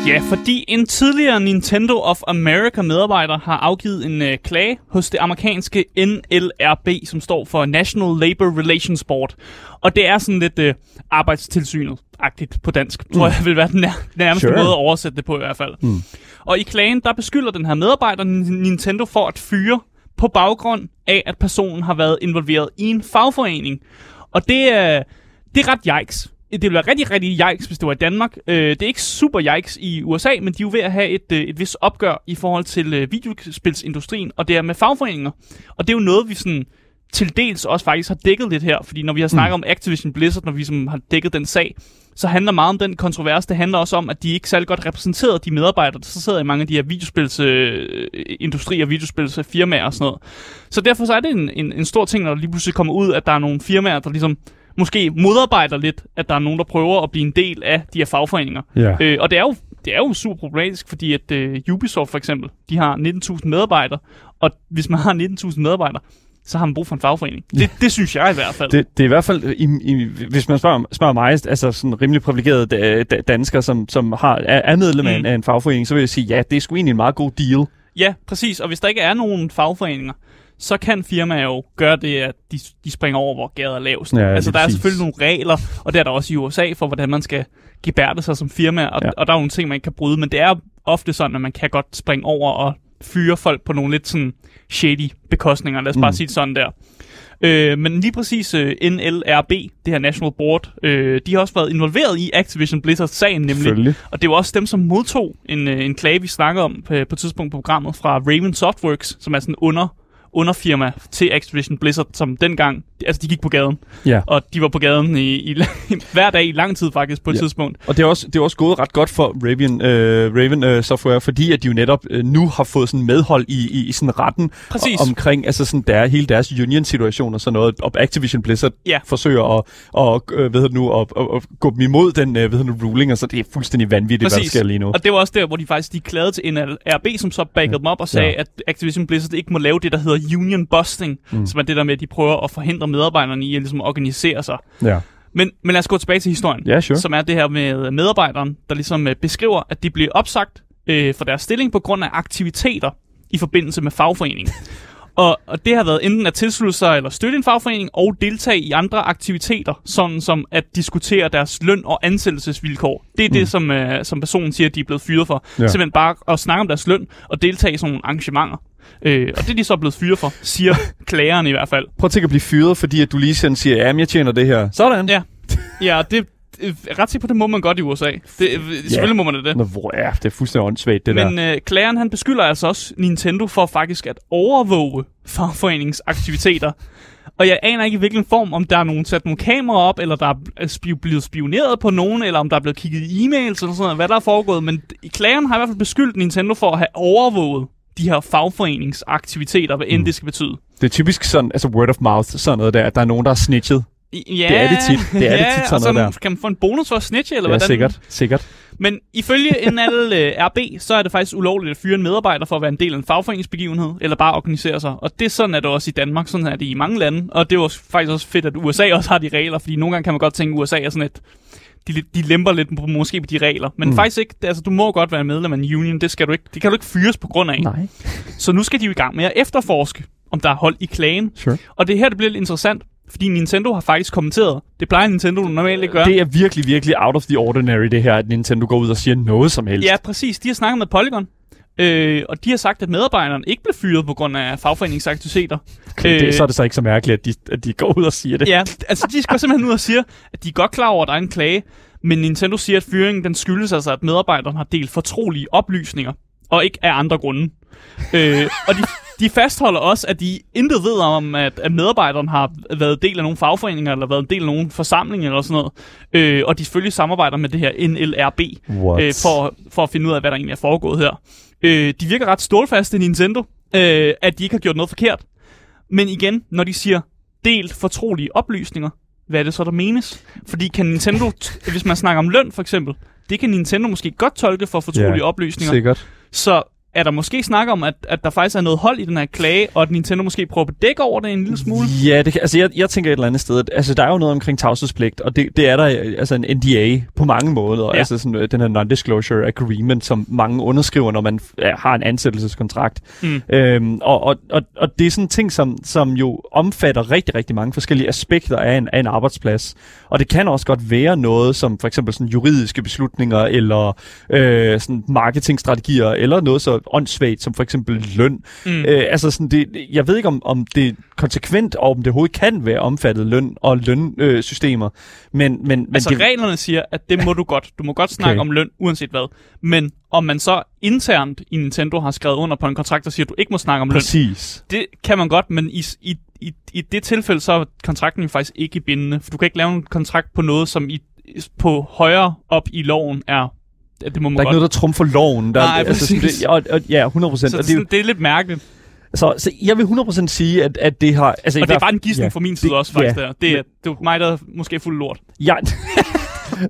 C: Ja, fordi en tidligere Nintendo of America medarbejder har afgivet en øh, klage hos det amerikanske NLRB, som står for National Labor Relations Board. Og det er sådan lidt øh, arbejdstilsynet-agtigt på dansk, tror jeg vil være den nær- nærmeste
B: Sure.
C: måde at oversætte det på i hvert fald. Mm. Og i klagen, der beskylder den her medarbejder N- Nintendo for at fyre på baggrund af, at personen har været involveret i en fagforening. Og det, øh, det er ret yikes. Det ville være rigtig, rigtig yikes, hvis det var i Danmark. Øh, det er ikke super yikes i USA, men de er jo ved at have et, øh, et vis opgør i forhold til øh, videospilsindustrien, og det er med fagforeninger. Og det er jo noget, vi sådan til dels også faktisk har dækket lidt her, fordi når vi har snakket mm. om Activision Blizzard, når vi som har dækket den sag, så handler meget om den kontrovers. Det handler også om, at de ikke særlig godt repræsenterede de medarbejdere, der så sidder i mange af de her videospilsindustrier, øh, videospilsfirmaer og sådan noget. Så derfor så er det en, en, en stor ting, når der lige pludselig kommer ud, at der er nogle firmaer, der ligesom måske modarbejder lidt, at der er nogen, der prøver at blive en del af de her fagforeninger.
B: Ja.
C: Øh, og det er, jo, det er jo super problematisk, fordi at øh, Ubisoft for eksempel, de har 19.000 medarbejdere, og hvis man har 19.000 medarbejdere, så har man brug for en fagforening. Det, det synes jeg i hvert fald.
B: Det, det er i hvert fald, i, i, hvis man spørger, spørger mig, altså sådan rimelig privilegeret da, da, dansker, som, som har, er, er medlem mm. af, en,
C: Mm.
B: af en fagforening, så vil jeg sige, ja, det er sgu egentlig en meget god deal.
C: Ja, præcis. Og hvis der ikke er nogen fagforeninger, så kan firmaer jo gøre det, at de, de springer over, hvor gader er lavest.
B: Ja,
C: altså,
B: lige
C: der er
B: præcis.
C: selvfølgelig nogle regler, og det er der også i USA, for hvordan man skal gebærde sig som firma, og,
B: Ja.
C: ja. og der er nogle ting, man ikke kan bryde, men det er ofte sådan, at man kan godt springe over og fyre folk på nogle lidt sådan shady bekostninger, lad os bare
B: Mm.
C: mm. sige det sådan der. Øh, men lige præcis øh, NLRB, det her National Board, øh, de har også været involveret i Activision Blizzard-sagen nemlig. Og det var også dem, som modtog en, øh, en klage, vi snakker om på, på et tidspunkt på programmet, fra Raven Softworks, som er sådan under underfirma til Activision Blizzard, som dengang, altså de gik på gaden,
B: Ja.
C: og de var på gaden i, i, *laughs* hver dag i lang tid faktisk på et
B: Ja.
C: ja. tidspunkt.
B: Og det er også, det er også gået ret godt for Raven, øh, Raven øh, Software, fordi at de jo netop øh, nu har fået sådan medhold i, i, i sådan retten
C: Præcis.
B: og, omkring altså sådan der, hele deres union-situation og sådan noget, og Activision Blizzard
C: Ja.
B: forsøger at, og, øh, hvad hedder det nu, at, at, at gå dem imod den øh, hvad hedder det nu, ruling, og så det er fuldstændig vanvittigt, hvad der
C: Præcis.
B: sker lige nu.
C: Og det var også der, hvor de faktisk de klagede til NLRB, som så backede ja. dem op og sagde,
B: Ja.
C: ja. at Activision Blizzard ikke må lave det, der hedder union busting, mm. som er det der med, at de prøver at forhindre medarbejderne i at ligesom organisere sig.
B: Ja,
C: Men, men lad os gå tilbage til historien.
B: ja sure.
C: som er det her med medarbejderen, der ligesom øh, beskriver, at de bliver opsagt øh, fra deres stilling på grund af aktiviteter i forbindelse med
B: *laughs*
C: fagforeningen. og, og det har været enten at tilslutte sig eller støtte en fagforening og deltage i andre aktiviteter, sådan som at diskutere deres løn og ansættelsesvilkår. Det er mm. det, som, øh, som personen siger, at de er blevet fyret for.
B: Ja.
C: Ja. Simpelthen bare at snakke om deres løn og deltage i sådan nogle arrangementer. Øh, og det er de så blevet fyret for,
B: *laughs*
C: siger klageren i hvert fald.
B: Prøv at tænke at blive fyret, fordi at du lige sådan siger, ja, men jeg tjener det her. Sådan.
C: Ja, ja det, øh, jeg er ret sikker på, det må man godt i USA. Det, øh, selvfølgelig må man da det.
B: Nå, hvor er det er fuldstændig åndssvagt, det der.
C: Men øh, klageren han beskylder altså også Nintendo for faktisk at overvåge fagforeningens aktiviteter. Og jeg aner ikke i hvilken form, om der er nogen sat nogle kameraer op, eller der er spi- blevet spioneret på nogen, eller om der er blevet kigget i e-mails eller sådan noget, hvad der er foregået. Men d- klageren har i hvert fald beskyldt Nintendo for at have overvåget de her fagforeningsaktiviteter,
B: Mm.
C: hvad end det skal betyde.
B: Det er typisk sådan, altså word of mouth, sådan noget der, at der er nogen, der er snitchet.
C: I- Ja,
B: Det er det tit. Det er det
C: ja,
B: tit, sådan
C: og så
B: noget der.
C: kan man få en bonus for at snitche, eller
B: Ja,
C: hvordan?
B: sikkert, sikkert.
C: Men ifølge NL *laughs* øh, RB, så er det faktisk ulovligt at fyre en medarbejder for at være en del af en fagforeningsbegivenhed, eller bare organisere sig. Og det sådan er det også i Danmark, sådan er det i mange lande. Og det er jo også- faktisk også fedt, at USA også har de regler, fordi nogle gange kan man godt tænke, at USA er sådan et... De, lidt- de lemper lidt på, måske på de regler. Men mm. faktisk ikke. Det- Altså, du må godt være medlem af en union. Det, skal du ikke, det kan du ikke fyres på grund af.
B: Nej.
C: Så nu skal de jo i gang med at efterforske, om der er hold i klagen.
B: Sure.
C: Og det er her, det bliver lidt interessant, fordi Nintendo har faktisk kommenteret. Det plejer Nintendo normalt ikke at gøre.
B: Det er virkelig, virkelig out of the ordinary, det her, at Nintendo går ud og siger noget som helst.
C: Ja, præcis. De har snakket med Polygon. Øh, og de har sagt, at medarbejderen ikke blev fyret på grund af fagforeningsaktiviteter.
B: Okay, det, så er det så ikke så mærkeligt, at de, at de går ud og siger det.
C: øh, Ja, altså de går simpelthen ud og siger, at de er godt klar over, at der er en klage, men Nintendo siger, at fyringen den skyldes altså, at medarbejderen har delt fortrolige oplysninger, og ikke af andre grunde. øh, og de, de fastholder også, at de intet ved om, at, at medarbejderen har været del af nogle fagforeninger, eller været en del af nogle forsamlinger, eller sådan noget. Øh, og de selvfølgelig samarbejder med det her NLRB,
B: What?
C: øh, for, for at finde ud af, hvad der egentlig er foregået her. Øh, de virker ret stålfaste, Nintendo, øh, at de ikke har gjort noget forkert. Men igen, når de siger delt fortrolige oplysninger, hvad er det så, der menes? Fordi kan Nintendo, t- hvis man snakker om løn for eksempel, det kan Nintendo måske godt tolke for fortrolige
B: Ja,
C: oplysninger.
D: Sikkert.
C: Så er der måske snak om, at, at der faktisk er noget hold i den her klage, og at Nintendo måske prøver at dække over det en lille smule?
B: Ja, det kan, altså jeg, jeg tænker et eller andet sted, at, altså der er jo noget omkring tavshedspligt, og det, det er der øh, altså en NDA på mange måder, ja.
C: Ja.
B: altså sådan, øh, den her non-disclosure agreement, som mange underskriver, når man ja, har en ansættelseskontrakt.
C: Mm.
B: Øhm, og, og, og, og det er sådan en ting, som, som jo omfatter rigtig, rigtig mange forskellige aspekter af en, af en arbejdsplads. Og det kan også godt være noget, som for eksempel sådan juridiske beslutninger, eller øh, sådan marketingstrategier, eller noget så åndssvagt som for eksempel løn.
C: Mm.
B: Øh, altså sådan det, jeg ved ikke, om, om det er konsekvent, og om det overhovedet kan være omfattet løn og lønsystemer. Øh, systemer. men, men, men
C: Altså
B: det,
C: reglerne siger, at det må du godt. Du må godt snakke
B: Okay.
C: om løn, uanset hvad. Men om man så internt i Nintendo har skrevet under på en kontrakt, der siger, at du ikke må snakke om løn,
B: præcis.
C: det kan man godt, men i, i, i, i det tilfælde, så er kontrakten jo faktisk ikke bindende. For du kan ikke lave en kontrakt på noget, som i, på højere op i loven er, at det må man
B: Der er ikke
C: godt.
B: noget, der trumfer loven. Der,
C: Nej,
B: altså, sådan,
C: præcis.
B: det, og, og, ja, 100 procent.
C: så det, er sådan, det er lidt mærkeligt.
B: Så, så jeg vil 100% sige, at, at det har... Altså, i
C: Og det er
B: hvert-
C: bare en gidsning
B: ja.
C: ja, fra min side
B: Det-
C: også, faktisk.
B: ja.
C: Ja, det, er, det er mig, der er måske er fuld lort.
B: Ja. *laughs*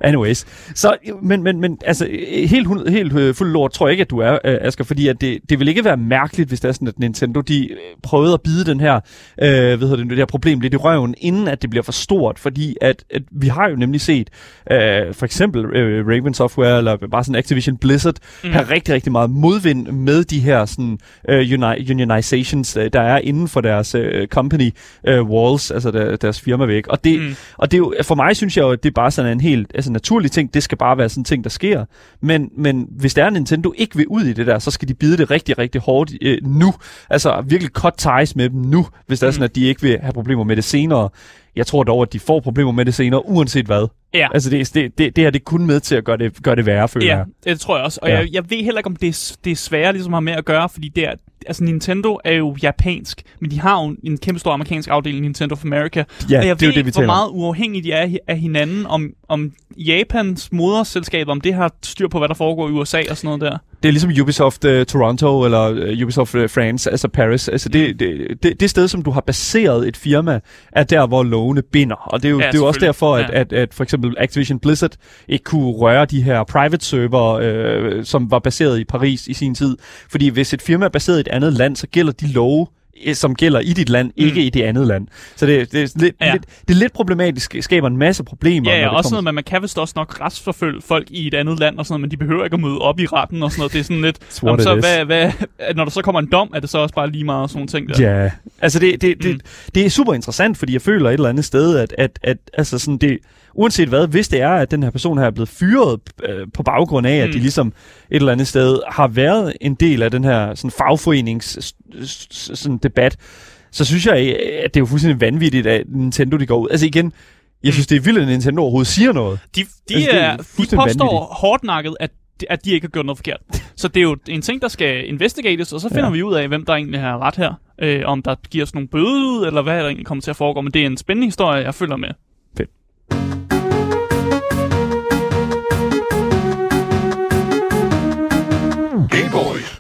B: Anyways. Så, men, men, men altså, øh, helt, hund- helt øh, fuld lort tror jeg ikke, at du er, øh, Asger, fordi at det, det vil ikke være mærkeligt, hvis det er sådan, at Nintendo de øh, prøvede at bide den her, øh, hvad hedder det, nu, det her problem lidt i røven, inden at det bliver for stort, fordi at, at vi har jo nemlig set øh, for eksempel øh, Raven Software, eller bare sådan Activision Blizzard, mm. have rigtig, rigtig meget modvind med de her sådan, øh, uni- unionizations, øh, der er inden for deres øh, company øh, walls, altså der, deres firmavæg. Og det, mm.
C: Mm.
B: Og det er jo, for mig synes jeg jo, at det er bare sådan en helt altså naturlig ting. Det skal bare være sådan en ting, der sker. Men, men hvis der er Nintendo ikke vil ud i det der, så skal de bide det rigtig, rigtig hårdt øh, nu. Altså virkelig cut ties med dem nu, hvis
C: Mm.
B: det er sådan, at de ikke vil have problemer med det senere. Jeg tror dog, at de får problemer med det senere, uanset hvad.
C: Ja.
B: Altså det, det, det, det her det er kun med til at gøre det, gøre det værre, føler
C: Ja,
B: jeg.
C: det tror jeg også. Og
B: Ja.
C: ja. jeg, jeg ved heller ikke, om det er, s- det er sværere ligesom har med at gøre, fordi det er, altså Nintendo er jo japansk, men de har jo en- en kæmpe stor amerikansk afdeling, Nintendo of America.
B: Ja,
C: og jeg
B: det er jo
C: ved
B: det, vi
C: ikke, hvor
B: taler om.
C: meget uafhængige de er hi- af hinanden, om, om Japans moderselskab, om det har styr på, hvad der foregår i USA og sådan noget der.
B: Det er ligesom Ubisoft uh, Toronto eller uh, Ubisoft uh, France, altså Paris. Altså
C: Mm.
B: det, det, det, det sted, som du har baseret et firma, er der, hvor lovene binder. Og det er jo, ja,
C: Ja,
B: det er jo også
C: selvfølgelig.
B: derfor, at, ja.
C: Ja.
B: at, at for eksempel Activision Blizzard ikke kunne røre de her private server, øh, som var baseret i Paris i sin tid. Fordi hvis et firma er baseret i et andet land, så gælder de love øh, som gælder i dit land, ikke i det andet land. Så det, det, er lidt, ja.
C: Mm. Ja.
B: lidt, det er lidt problematisk, skaber en masse problemer.
C: Ja,
B: når
C: ja,
B: det
C: også
B: kommer
C: noget med, at man kan vist også nok retsforfølge folk i et andet land og sådan noget, men de behøver ikke at møde op i retten og sådan noget. Det er sådan lidt,
B: It's what
C: jamen, så
B: it is.
C: hvad, hvad, når der så kommer en dom, er det så også bare lige meget og sådan nogle ting der.
B: Ja, yeah. altså det, det, det, mm. det er super interessant, fordi jeg føler et eller andet sted, at, at, at altså sådan det, uanset hvad, hvis det er, at den her person her er blevet fyret øh, på baggrund af, at
C: Mm.
B: de ligesom et eller andet sted har været en del af den her sådan fagforenings s- s- sådan debat, så synes jeg, øh, at det er jo fuldstændig vanvittigt, at Nintendo de går ud. Altså igen, jeg synes, det er vildt, at Nintendo overhovedet siger noget.
C: De, de,
B: Altså,
C: altså,
B: det er
C: er, de
B: fuldstændig
C: påstår hårdnakket, at, at de ikke har gjort noget forkert. Så det er jo en ting, der skal investigates, og så finder
B: Ja.
C: ja. vi ud af, hvem der egentlig har ret her. Øh, om der giver os nogle bøde ud, eller hvad der egentlig kommer til at foregå. Men det er en spændende historie, jeg følger med.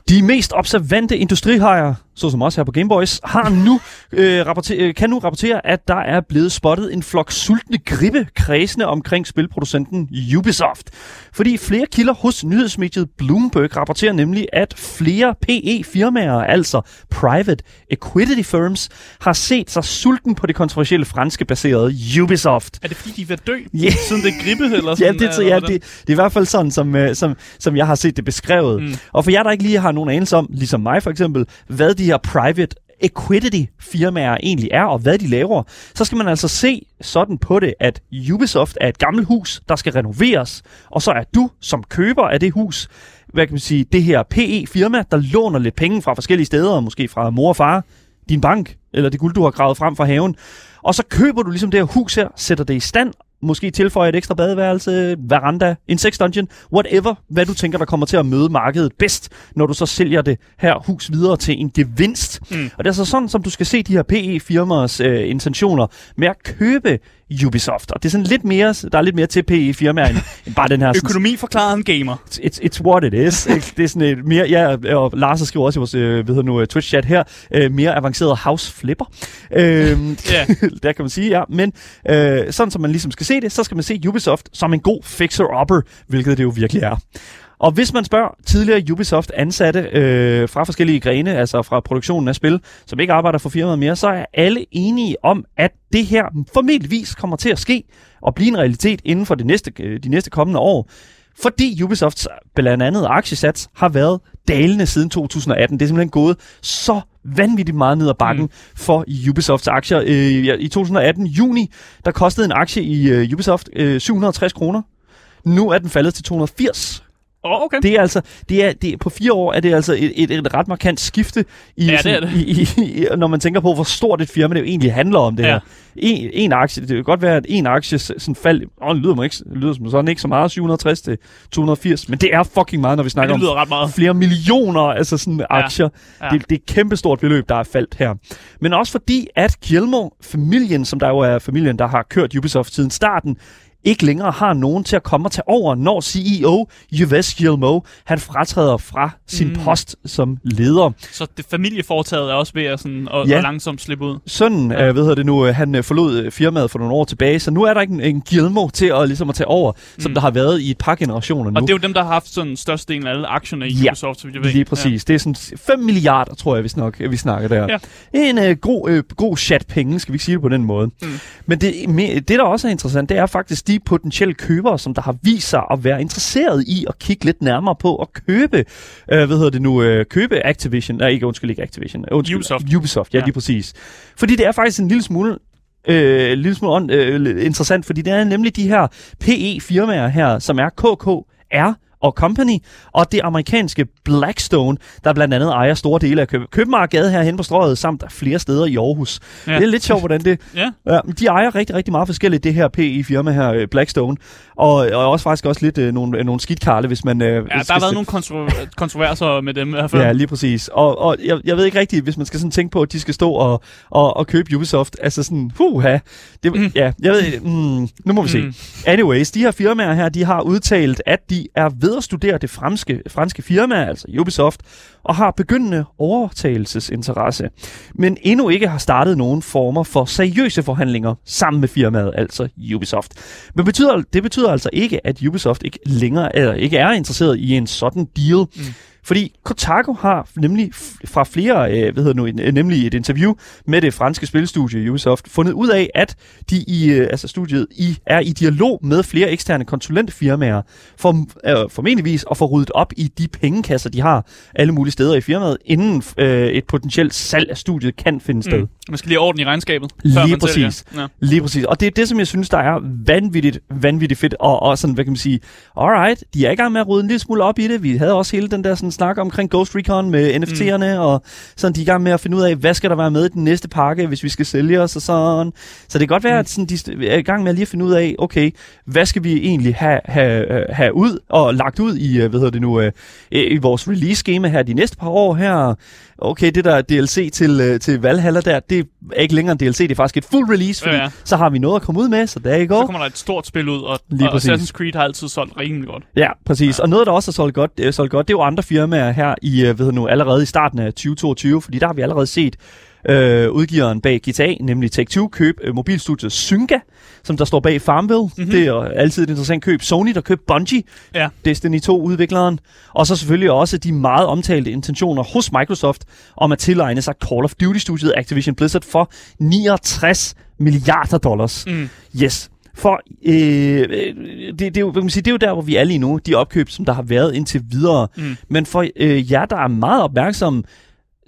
B: De mest observante industrihajer, såsom os her på Gameboys, har nu, øh, rapporter, øh, kan nu rapportere, at der er blevet spottet en flok sultne gribe kredsende omkring spilproducenten Ubisoft. Fordi flere kilder hos nyhedsmediet Bloomberg rapporterer nemlig, at flere PE-firmaer, altså private equity firms, har set sig sulten på det kontroversielle franske baserede Ubisoft.
C: Er det fordi, de er ved at dø,
B: Ja.
C: yeah. *laughs* siden det er gribe, eller
B: Ja,
C: sådan?
B: det, så,
C: eller
B: ja det,
C: hvordan?
B: det er i hvert fald sådan, som, øh, som, som jeg har set det beskrevet. Mm. Og for jer, der ikke lige har nogen anelse om, ligesom mig for eksempel, hvad de her private equity firmaer egentlig er, og hvad de laver, så skal man altså se sådan på det, at Ubisoft er et gammelt hus, der skal renoveres, og så er du som køber af det hus, hvad kan man sige, det her PE-firma, der låner lidt penge fra forskellige steder, måske fra mor og far, din bank, eller det guld, du har gravet frem fra haven. Og så køber du ligesom det her hus her, sætter det i stand, måske tilføjer et ekstra badeværelse, veranda, en sex dungeon, whatever, hvad du tænker, der kommer til at møde markedet bedst, når du så sælger det her hus videre til en gevinst. Mm. Og det er så sådan, som du skal se de her PE-firmaers øh, intentioner med at købe Ubisoft. Og det er sådan lidt mere, der er lidt mere til PE-firmaer end, end bare
C: *laughs*
B: den her sådan,
C: Økonomi forklaret en gamer.
B: it's, it's what it is. ikke? Det er sådan et mere, ja, og Lars har skrevet også i vores øh, hvad hedder nu, øh, Twitch-chat her, øh, mere avanceret house flipper. Øh,
C: Ja.
B: *laughs* der kan man sige, ja. Men øh, sådan som man ligesom skal se det, så skal man se Ubisoft som en god fixer-upper, hvilket det jo virkelig er. Og hvis man spørger tidligere Ubisoft-ansatte øh, fra forskellige grene, altså fra produktionen af spil, som ikke arbejder for firmaet mere, så er alle enige om, at det her formentligvis kommer til at ske og blive en realitet inden for det næste, øh, de næste kommende år. Fordi Ubisofts blandt andet aktiesats har været dalende siden 2018. Det er simpelthen gået så vanvittigt meget ned ad bakken mm. for Ubisofts aktier. Øh, ja, I 2018 juni, der kostede en aktie i øh, Ubisoft øh, 760 kroner. Nu er den faldet til 280
C: Åh, oh, *laughs* okay.
B: det er altså, det er, det, på fire år er det altså et, et, et ret markant skifte, i,
C: Ja, det
B: sådan-
C: er det.
B: I, i, i, når man tænker på, hvor stort et firma det jo egentlig handler om det
C: Ja.
B: her. En, en aktie, det kan godt være, at en aktie sådan fald, åh, det lyder, mig ikke, lyder som sådan ikke så meget, 760 til 280, men det er fucking meget, når vi snakker
C: det
B: om
C: lyder ret meget.
B: flere millioner altså sådan aktier.
C: ja.
B: Ja. Det, det er et kæmpestort beløb, der er faldt her. Men også fordi, at Guillermo, familien, som der jo er familien, der har kørt Ubisoft siden starten, ikke længere har nogen til at komme og tage over, når CEO Yves Guillermo, han fratræder fra sin mm. post som leder.
C: Så det familieforetaget er også ved at, sådan, og,
B: Ja.
C: og langsomt slippe ud.
B: Sønnen, ja. øh, hvad hedder det nu, øh, han øh, forlod øh, firmaet for nogle år tilbage, så nu er der ikke en, en Guillermo til at, ligesom at tage over, mm. som der har været i et par generationer nu.
C: Og det er jo dem, der har haft sådan størstedelen af alle aktierne i
B: Ja,
C: Ubisoft, så vidt jeg ved.
B: Lige præcis. Ja. Det er sådan 5 milliarder, tror jeg, vi snakker, vi snakker der.
C: Ja.
B: Ja. En øh, god, øh, god chat penge, skal vi ikke sige det på den måde. Mm. Men det, me- det, der også er interessant, det er faktisk de potentielle købere, som der har vist sig at være interesseret i at kigge lidt nærmere på at købe, øh, hvad hedder det nu, øh, købe Activision, nej ikke, undskyld, ikke Activision, undskyld,
C: Ubisoft.
B: Ubisoft, ja,
C: Ja.
B: ja, lige præcis. Fordi det er faktisk en lille smule øh, en lille smule on, øh, interessant, fordi det er nemlig de her PE-firmaer her, som er KKR og Company, og det amerikanske Blackstone, der blandt andet ejer store dele af Køb København herhen på strøget, samt flere steder i Aarhus.
C: Ja.
B: Ja. Det er lidt sjovt, hvordan det...
C: *laughs* Ja.
B: Ja, men de ejer rigtig, rigtig meget forskelligt, det her PE-firma her, øh, Blackstone, og, og også faktisk også lidt øh, nogle, nogle skidtkarle, hvis man... Øh, ja,
C: Ja, der har været nogle kontro- kontroverser med dem i hvert fald.
B: Ja, lige præcis. Og, og jeg, jeg ved ikke rigtigt, hvis man skal sådan tænke på, at de skal stå og, og, og købe Ubisoft. Altså sådan, huha. Det, mm. Ja, jeg ved ikke. mm, Nu må vi se.
C: Mm.
B: Mm. Anyways, de her firmaer her, de har udtalt, at de er ved at studere det franske, franske firma, altså Ubisoft, og har begyndende overtagelsesinteresse, men endnu ikke har startet nogen former for seriøse forhandlinger sammen med firmaet, altså Ubisoft. Men betyder, det betyder altså ikke, at Ubisoft ikke længere eller ikke er interesseret i en sådan deal, mm. fordi Kotaku har nemlig f- fra flere, øh, hvad hedder nu, en, øh, nemlig et interview med det franske spilstudie Ubisoft, fundet ud af, at de i, øh, altså studiet i, er i dialog med flere eksterne konsulentfirmaer, for øh, formentligvis at få ryddet op i de pengekasser, de har alle mulige steder i firmaet, inden øh, et potentielt salg af studiet kan finde sted.
C: Mm. Man skal lige have orden i regnskabet.
B: Lige
C: før man
B: præcis.
C: Sælger. Ja.
B: Lige præcis. Og det er det, som jeg synes, der er vanvittigt, vanvittigt fedt. Og, og sådan, hvad kan man sige, alright, de er i gang med at rydde en lille smule op i det. Vi havde også hele den der sådan, snak omkring Ghost Recon med NFT'erne, mm. og sådan, de er i gang med at finde ud af, hvad skal der være med i den næste pakke, hvis vi skal sælge os og sådan. Så det kan godt være, mm. at sådan, de st- er i gang med at lige at finde ud af, okay, hvad skal vi egentlig have, have, øh, have ud og lagt ud i, øh, hvad hedder det nu, øh, i vores release-schema her de næste par år her. Okay, det der er DLC til, øh, til Valhalla der, det er ikke længere en DLC, det er faktisk et full release, fordi
C: Ja,
B: ja,
C: ja.
B: ja. så har vi noget at komme ud med, så der er i
C: Så
B: går.
C: kommer der et stort spil ud, og,
B: Lige
C: og
B: præcis.
C: Assassin's Creed har altid solgt rimelig godt.
B: Ja, præcis. Ja. Og noget, der også er solgt godt, øh, solgt godt, det er jo andre firmaer her i, øh, ved jeg nu, allerede i starten af 2022, fordi der har vi allerede set øh, udgiveren bag GTA, nemlig Take-Two, køb øh, mobilstudiet Zynga, som der står bag Farmville. Mm-hmm. Det er jo altid et interessant køb. Sony, der købte Bungie,
C: Ja.
B: Destiny 2-udvikleren. Og så selvfølgelig også de meget omtalte intentioner hos Microsoft om at tilegne sig Call of Duty-studiet Activision Blizzard for 69 milliarder dollars.
C: Mm.
B: Yes. For øh, øh, det, det, er jo, hvad kan man sige, det er jo der, hvor vi er lige nu, de opkøb, som der har været indtil videre.
C: Mm.
B: Men for øh, jer, der er meget opmærksomme,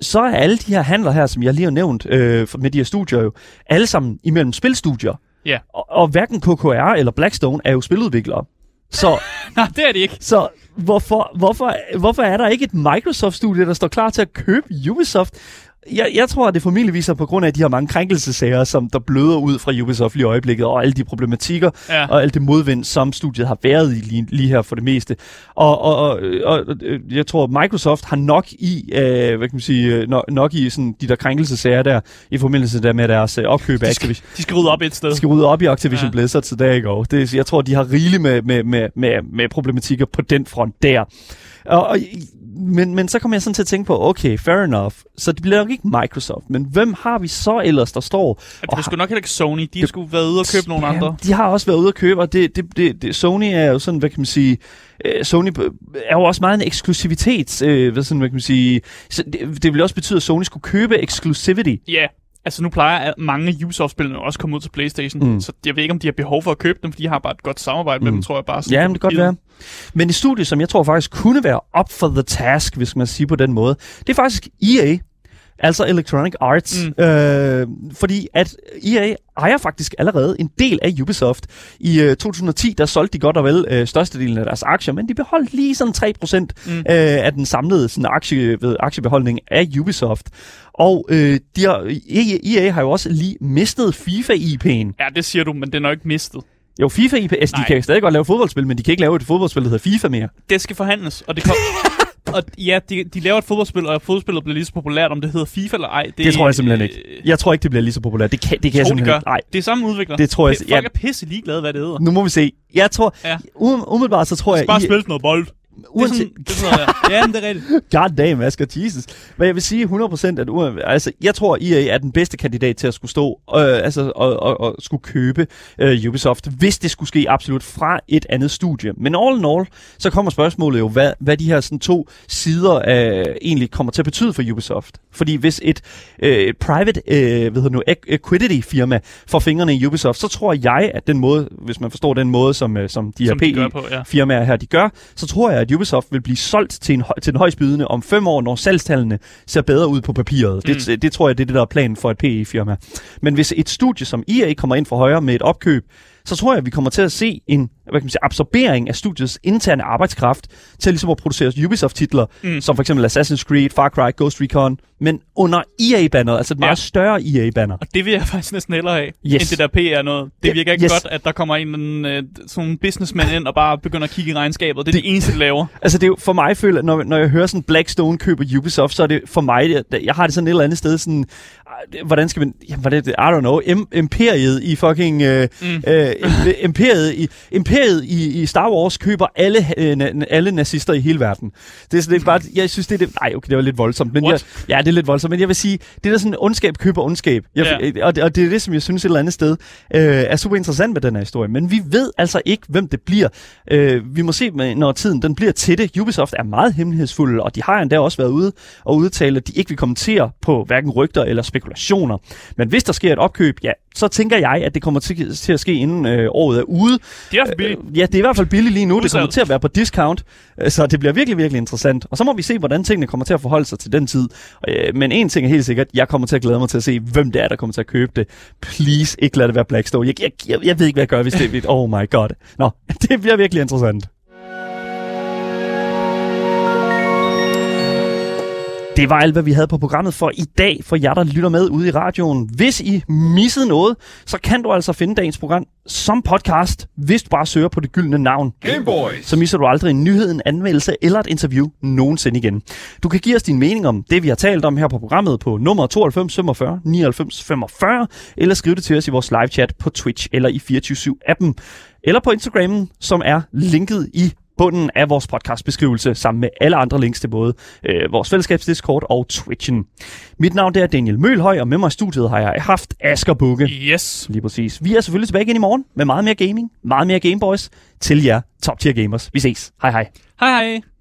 B: så er alle de her handler her, som jeg lige har nævnt øh, med de her studier jo, alle sammen imellem spilstudier.
C: Ja. *laughs*
B: Og, og hverken KKR eller Blackstone er jo spiludviklere. Så,
C: Nej, det er det ikke.
B: så hvorfor, hvorfor, hvorfor er der ikke et Microsoft-studie, der står klar til at købe Ubisoft? Jeg, jeg tror, at det formentlig viser på grund af de her mange krænkelsesager, som der bløder ud fra Ubisoft lige i øjeblikket, og alle de problematikker,
C: Ja.
B: og alt det modvind, som studiet har været i lige, lige her for det meste. Og, og, og, og øh, jeg tror, Microsoft har nok i, øh, hvad kan man sige, øh, no, nok i sådan de der krænkelsesager der, i forbindelse der med deres øh, opkøb af
C: De skal,
B: Activision.
C: de skal rydde op et sted.
B: De skal rydde op i Activision
C: Ja.
B: ja. Blizzard til dag i går. Det, jeg tror, de har rigeligt med, med, med, med, med problematikker på den front der. Og, og, men, men så kommer jeg sådan til at tænke på, okay, fair enough. Så det bliver nok ikke Microsoft, men hvem har vi så ellers, der står
C: Det
B: og
C: er sgu nok heller ikke Sony. De skulle være ude og købe nogle andre.
B: Jamen, de har også været ude at købe, og det, det, det, det, Sony er jo sådan, hvad kan man sige, øh, Sony er jo også meget en eksklusivitets, øh, hvad, sådan, hvad kan man sige, så det, det vil også betyde, at Sony skulle købe exclusivity.
C: Ja, altså nu plejer at mange Ubisoft-spillene også komme ud til Playstation, mm.
B: Mm.
C: så jeg ved ikke, om de har behov for at købe dem, for de har bare et godt samarbejde med mm. dem, tror jeg bare. sådan
B: Ja, men det kan godt
C: givet.
B: være. Men et studie, som jeg tror faktisk kunne være up for the task, hvis man siger på den måde, det er faktisk EA. Altså Electronic Arts. Mm. Øh, fordi at EA ejer faktisk allerede en del af Ubisoft. I øh, 2010, der solgte de godt og vel øh, størstedelen af deres aktier, men de beholdt lige sådan 3% mm. øh, af den samlede sådan, aktie, ved, aktiebeholdning af Ubisoft. Og øh, de har, EA, EA har jo også lige mistet FIFA-IP'en.
C: Ja, det siger du, men den er jo ikke mistet.
B: Jo, FIFA IP, altså, de
C: Nej.
B: kan stadig godt lave fodboldspil, men de kan ikke lave et fodboldspil, der hedder FIFA mere.
C: Det skal forhandles, og
B: *laughs*
C: det kom... og ja, de, de laver et fodboldspil, og fodboldspillet bliver lige så populært, om det øh, hedder FIFA eller ej.
B: Det, det tror jeg simpelthen ikke. Jeg tror ikke, det bliver lige så populært. Det kan, det kan jeg
C: tror, de
B: simpelthen
C: gør.
B: ikke. Nej,
C: Det er samme udvikler.
B: Det tror jeg-
C: Folk
B: ja.
C: er pisse ligeglade, hvad det hedder.
B: nu må vi se. Jeg tror,
C: Ja.
B: ja. umiddelbart så tror jeg...
C: Bare
B: I-
C: spil noget bold. Det er
B: uanset-
C: sådan, det er sådan noget, der. Ja, men det er rigtigt.
B: *laughs* God damn, Asger, Jesus. Men jeg vil sige 100%, at ua- altså, jeg tror, EA er den bedste kandidat til at skulle stå øh, altså, og, og, og skulle købe øh, Ubisoft, hvis det skulle ske absolut fra et andet studie. Men all in all, så kommer spørgsmålet jo, hvad, hvad de her sådan, to sider øh, egentlig kommer til at betyde for Ubisoft. Fordi hvis et øh, private øh, hvad hedder det nu, equ- equity firma får fingrene i Ubisoft, så tror jeg, at den måde, hvis man forstår den måde, som, øh, som de her
C: Som de
B: PE
C: gør på, ja.
B: firmaer her, de gør, så tror jeg, at Ubisoft vil blive solgt til, en, høj- til den højstbydende om fem år, når salgstallene ser bedre ud på papiret. Mm. Det, det tror jeg, det er det, der er planen for et PE-firma. Men hvis et studie som EA kommer ind fra højre med et opkøb, så tror jeg, at vi kommer til at se en hvad kan man sige, absorbering af studiets interne arbejdskraft til ligesom at producere Ubisoft-titler, mm. som for eksempel Assassin's Creed, Far Cry, Ghost Recon, men under EA-banneret, altså et meget
C: Ja.
B: ja. større EA-banner.
C: Og det vil jeg faktisk næsten hellere af, yes.
B: Yes.
C: end det der PR noget. Det
B: Ja,
C: virker ikke yes.
B: yes.
C: godt, at der kommer en eller anden, øh, sådan en businessman ind og bare begynder at kigge i regnskabet. Det er det, det eneste, de laver.
B: Altså det er jo for mig føler, når, når jeg hører sådan Blackstone køber Ubisoft, så er det for mig, jeg, jeg har det sådan et eller andet sted sådan, ah, det- hvordan skal man, jamen, hvordan, er det? I don't know, im, imperiet i fucking, øh, mm. øh, im- imperiet, i, imperiet i, i Star Wars køber alle, øh, na, alle nazister i hele verden. Det er sådan lidt bare, jeg synes det er det, nej okay, det var lidt voldsomt, men jeg,
C: What?
B: ja det er lidt voldsomt, men jeg vil sige, det der sådan ondskab køber ondskab, jeg,
C: Ja.
B: yeah. og, det, og det er det, som jeg synes et eller andet sted øh, er super interessant med den her historie, men vi ved altså ikke, hvem det bliver. Øh, vi må se, med- når tiden den bliver til det. Ubisoft er meget hemmelighedsfulde, og de har endda også været ude og udtale, at de ikke vil kommentere på hverken rygter eller spekulationer. Men hvis der sker et opkøb, ja, så tænker jeg, at det kommer til, til at ske inden øh, året er ude.
C: Det er i hvert fald billigt.
B: Øh, ja, det er i hvert fald billigt lige nu. Det kommer
C: Udsalg.
B: til at være på discount, øh, så det bliver virkelig, virkelig interessant. Og så må vi se, hvordan tingene kommer til at forholde sig til den tid. Øh, Men en ting er helt sikkert, jeg kommer til at glæde mig til at se, hvem det er, der kommer til at købe det. Please, ikke lad det være Blackstone. Jeg, jeg, jeg, jeg ved ikke, hvad jeg gør, hvis det er... Oh my god. Nå, *laughs* det bliver virkelig interessant. Det var alt, hvad vi havde på programmet for i dag, for jer, der lytter med ude i radioen. Hvis I missede noget, så kan du altså finde dagens program som podcast, hvis du bare søger på det gyldne navn. Gameboys! Så misser du aldrig en nyhed, en anmeldelse eller et interview nogensinde igen. Du kan give os din mening om det, vi har talt om her på programmet på nummer 92 45 99 45, eller skriv det til os i vores live chat på Twitch eller i 247-appen, eller på Instagrammen, som er linket i bunden af vores podcastbeskrivelse, sammen med alle andre links til både øh, vores fællesskabsdiskord og Twitchen. Mit navn det er Daniel Mølhøj, og med mig i studiet har jeg haft Asger Bukke.
C: Yes.
B: Lige præcis. Vi er selvfølgelig tilbage igen i morgen med meget mere gaming, meget mere Gameboys til jer top tier gamers. Vi ses. Hej hej.
C: Hej hej.